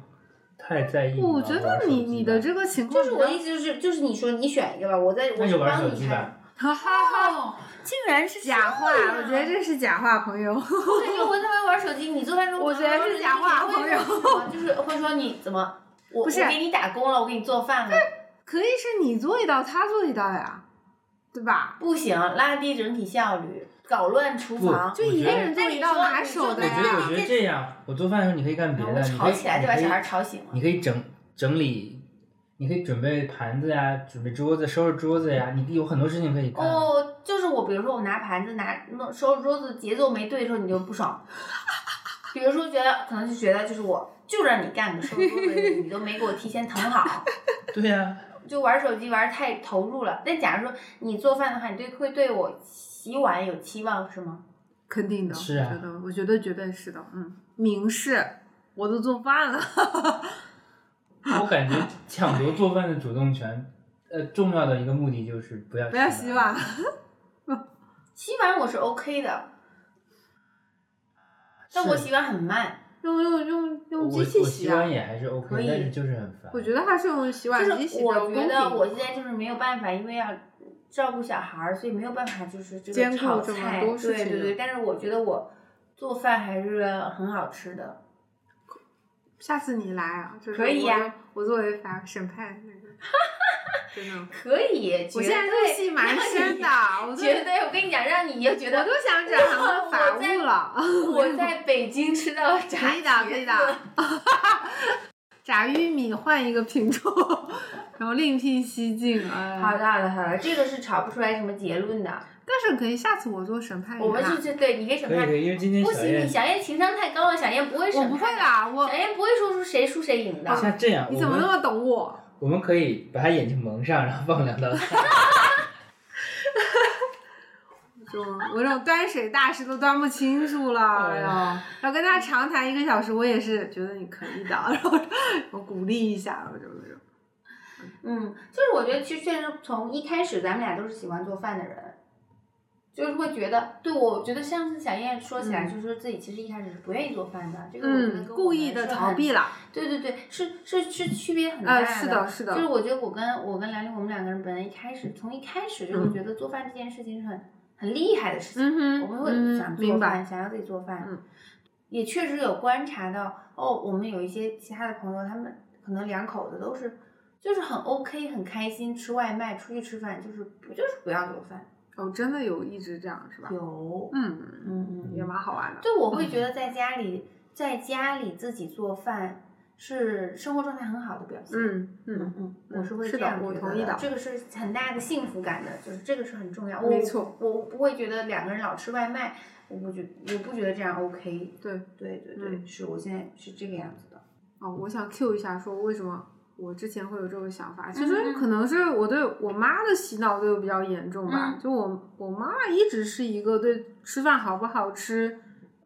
C: 太在意你玩
B: 我
C: 玩
B: 觉
C: 手机吧。
B: 得你你的这个情况
A: 就是
B: 比较，
A: 我的意思，就是就是你说你选一个吧，我在
C: 那
A: 我是
C: 就玩
A: 帮
C: 手机
A: 你看。
C: 吧。
B: 哈哈
A: 哦
B: 哈，竟然是假话，
A: 这样
B: 我觉得这是假话，朋友。
A: 我感觉我在旁边玩手机，你做饭的时候
B: 我觉得是假话
A: 你会说什么就是会说你怎 么我
B: 不是
A: 我给你打工了，我给你做饭了，
B: 可以是你做一道，他做一道呀，对吧？
A: 不行，拉低整体效率，搞乱厨
C: 不
A: 房。
B: 就
C: 我
B: 一
C: 觉
B: 个
C: 得
B: 人做
A: 那你
B: 一道
A: 说
B: 拿
A: 你
B: 手
A: 说
B: 的
C: 我
A: 对
C: 觉
A: 那你
B: 呀。
C: 得我觉
A: 这
C: 得这样，我做饭的时候你可以干别
A: 然
C: 的，
A: 后
C: 你可
A: 啊吵
C: 以
A: 起来
C: 你
A: 就把
C: 可以
A: 小孩吵醒了
C: 你。可以整整理，你可以准备盘子呀，准备桌子，收拾桌子呀，你有很多事情可以干。
A: 哦，就是我，比如说我拿盘子拿弄收拾桌子节奏没对的时候，你就不爽。比如说觉得可能就觉得就是我就让你干个收拾桌子的事，你都没给我提前腾好，
C: 对呀、
A: 就玩手机玩得太投入了。但假如说你做饭的话，你对会对我洗碗有期望是吗？
B: 肯定的，
C: 是啊
B: 我觉得，我觉得绝对是的，嗯，明示，我都做饭了，
C: 我感觉抢夺做饭的主动权，呃，重要的一个目的就是不要
B: 不要洗碗。
C: 啊
A: 洗碗我是 OK 的，但我
C: 是
A: 洗碗很慢，
B: 用用用用
C: 我
B: 机器
C: 我洗
B: 洗啊
C: 碗！也还是 OK，
A: 可以
C: 但是就是很烦。
B: 我觉得还是用洗碗机
A: 就
B: 洗
A: 是
B: 的
A: 我
B: 公
A: 觉得
B: 平。
A: 我现在就是没有办法，因为要照顾小孩儿，所以没有办法就是这
B: 兼
A: 个
B: 顾
A: 炒
B: 这么
A: 菜，
B: 多事
A: 对
B: 情
A: 对对。但是我觉得我做饭还是很好吃的，
B: 下次你来啊，就是
A: 可以呀
B: 我作为法审判那个，真 的，
A: 可以。绝
B: 我现在入
A: 对
B: 戏蛮 深的，我
A: 让你
B: 都
A: 绝对，我跟你讲，让你就觉
B: 我
A: 得
B: 都想转行做法务了。
A: 我在北京吃到炸
B: 可以的，可以
A: 茄
B: 的
A: 子。
B: 炸玉米换一个品种， 然后另辟蹊径啊。
A: 好，的，好的，好的，这个是吵不出来什么结论的。
B: 但是可以下次我做审判员啊。
A: 我们就是对，你可以审
C: 可以
A: 判
C: 可。以，因为今天
A: 不
C: 小
A: 行，你
C: 燕
A: 小燕情商太高了，小燕不会审
B: 我
A: 判。
B: 不会。啦，我
A: 小燕不会说出谁输谁赢的。
C: 像这样，
B: 你怎么
C: 我
B: 那
C: 们
B: 么懂我？
C: 我们可以把他眼睛蒙上，然后放两道菜。
B: 就我这种端水大师都端不清楚
A: 哦
B: 了，
C: 哎呀
B: 然后然后跟他长谈一个小时，我也是觉得你可以的，然后我鼓励一下，我就那种。
A: 嗯，就是我觉得，其实确实从一开始咱们俩都是喜欢做饭的人，就是会觉得，对我觉得上次小燕说起来，
B: 嗯
A: 就是说自己其实一开始是不愿意做饭的，这个我觉得跟
B: 嗯，
A: 我
B: 故
A: 们
B: 意的
A: 是
B: 逃
A: 很
B: 避了。
A: 对对对，是是是区别很大
B: 呃，是的，是的
A: 就是。我觉得我跟我跟兰陵，我们两个人本来一开始从一开始就会觉得做饭这件事情是很、很厉害的事情，
B: 嗯
A: 我
B: 嗯哼，
A: 们
B: 嗯
A: 会想做
B: 明白。
A: 饭，想要自己做饭。
B: 嗯
A: 也确实有观察到哦，我们有一些其他的朋友，他们可能两口子都是就是很 OK 很开心，吃外卖出去吃饭，就是不就是不要做饭。
B: 哦，真的有一直这样是吧？
A: 有，
B: 嗯，
A: 嗯嗯
B: 也蛮好玩的。
A: 对，我会觉得在家里在家里自己做饭是生活状态很好的表现。
B: 嗯嗯
A: 嗯，嗯，我是会
B: 是
A: 这
B: 的
A: 样
B: 我
A: 觉
B: 同
A: 得
B: 意的
A: 这个是很大的幸福感的，就是这个是很重要。我
B: 没错，
A: 我不会觉得两个人老吃外卖，我不觉我不觉得这样 OK。
B: 对。
A: 对对对，
B: 嗯
A: 是我现在是这个样子的。
B: 哦，我想 Q 一下，说为什么我之前会有这种想法？其
A: 嗯
B: 实
A: 嗯
B: 可能是我对我妈的洗脑对我比较严重吧。
A: 嗯
B: 就我我妈一直是一个对吃饭好不好吃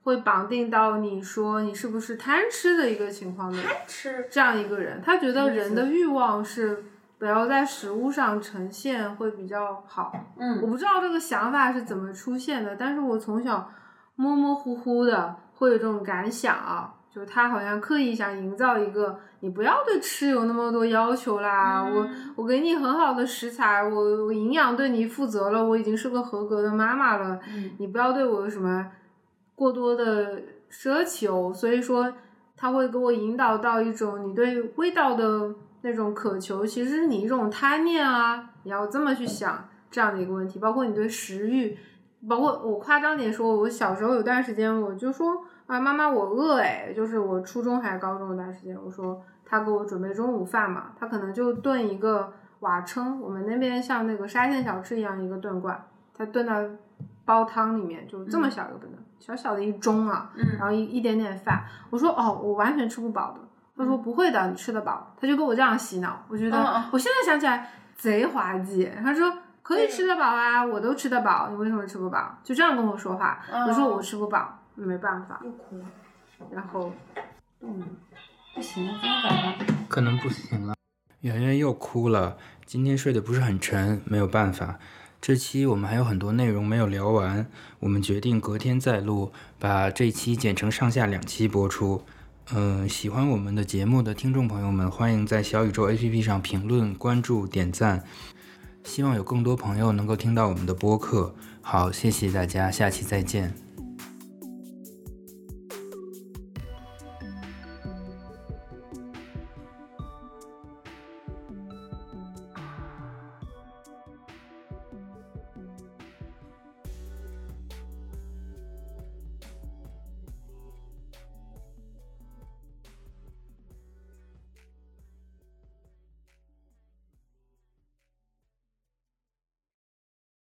B: 会绑定到你说你是不是贪吃的一个情况的人
A: 吃，
B: 这样一个人。她觉
A: 什
B: 得
A: 么意
B: 人
A: 思
B: 的欲望是不要在食物上呈现会比较好。我
A: 嗯，
B: 不知道这个想法是怎么出现的，但是我从小模模糊糊的会有这种感想啊，就他好像刻意想营造一个你不要对吃有那么多要求啦，
A: 啊
B: 我
A: 嗯
B: 我给你很好的食材，我我营养对你负责了，我已经是个合格的妈妈了，
A: 嗯
B: 你不要对我有什么过多的奢求，所以说他会给我引导到一种你对味道的那种渴求，其实是你一种贪念啊，你要这么去想这样的一个问题，包括你对食欲，包括我夸张点说，我小时候有段时间，我就说啊，妈妈我饿哎，就是我初中还是高中那段时间，我说他给我准备中午饭嘛，他可能就炖一个瓦称，我们那边像那个沙县小吃一样一个炖罐，他炖到煲汤里面，就这么小一个炖的，小小的一盅啊，
A: 嗯
B: 然后一一点点饭，我说哦，我完全吃不饱的。他说
A: 嗯
B: 不会的，你吃得饱。他就跟我这样洗脑，我觉得、
A: 嗯嗯
B: 我现在想起来贼滑稽。他说可
A: 对
B: 以吃得饱啊，我都吃得饱，你为什么吃不饱？就这样跟我说话。
A: 嗯
B: 我说我吃不饱，没办法。
A: 又哭了，
B: 然后
A: 冻了，不行了，今天晚上
C: 可能不行了。圆圆又哭了，今天睡得不是很沉，没有办法。这期我们还有很多内容没有聊完，我们决定隔天再录，把这期剪成上下两期播出。嗯，喜欢我们的节目的听众朋友们，欢迎在小宇宙 APP 上评论、关注、点赞。希望有更多朋友能够听到我们的播客。好，谢谢大家，下期再见。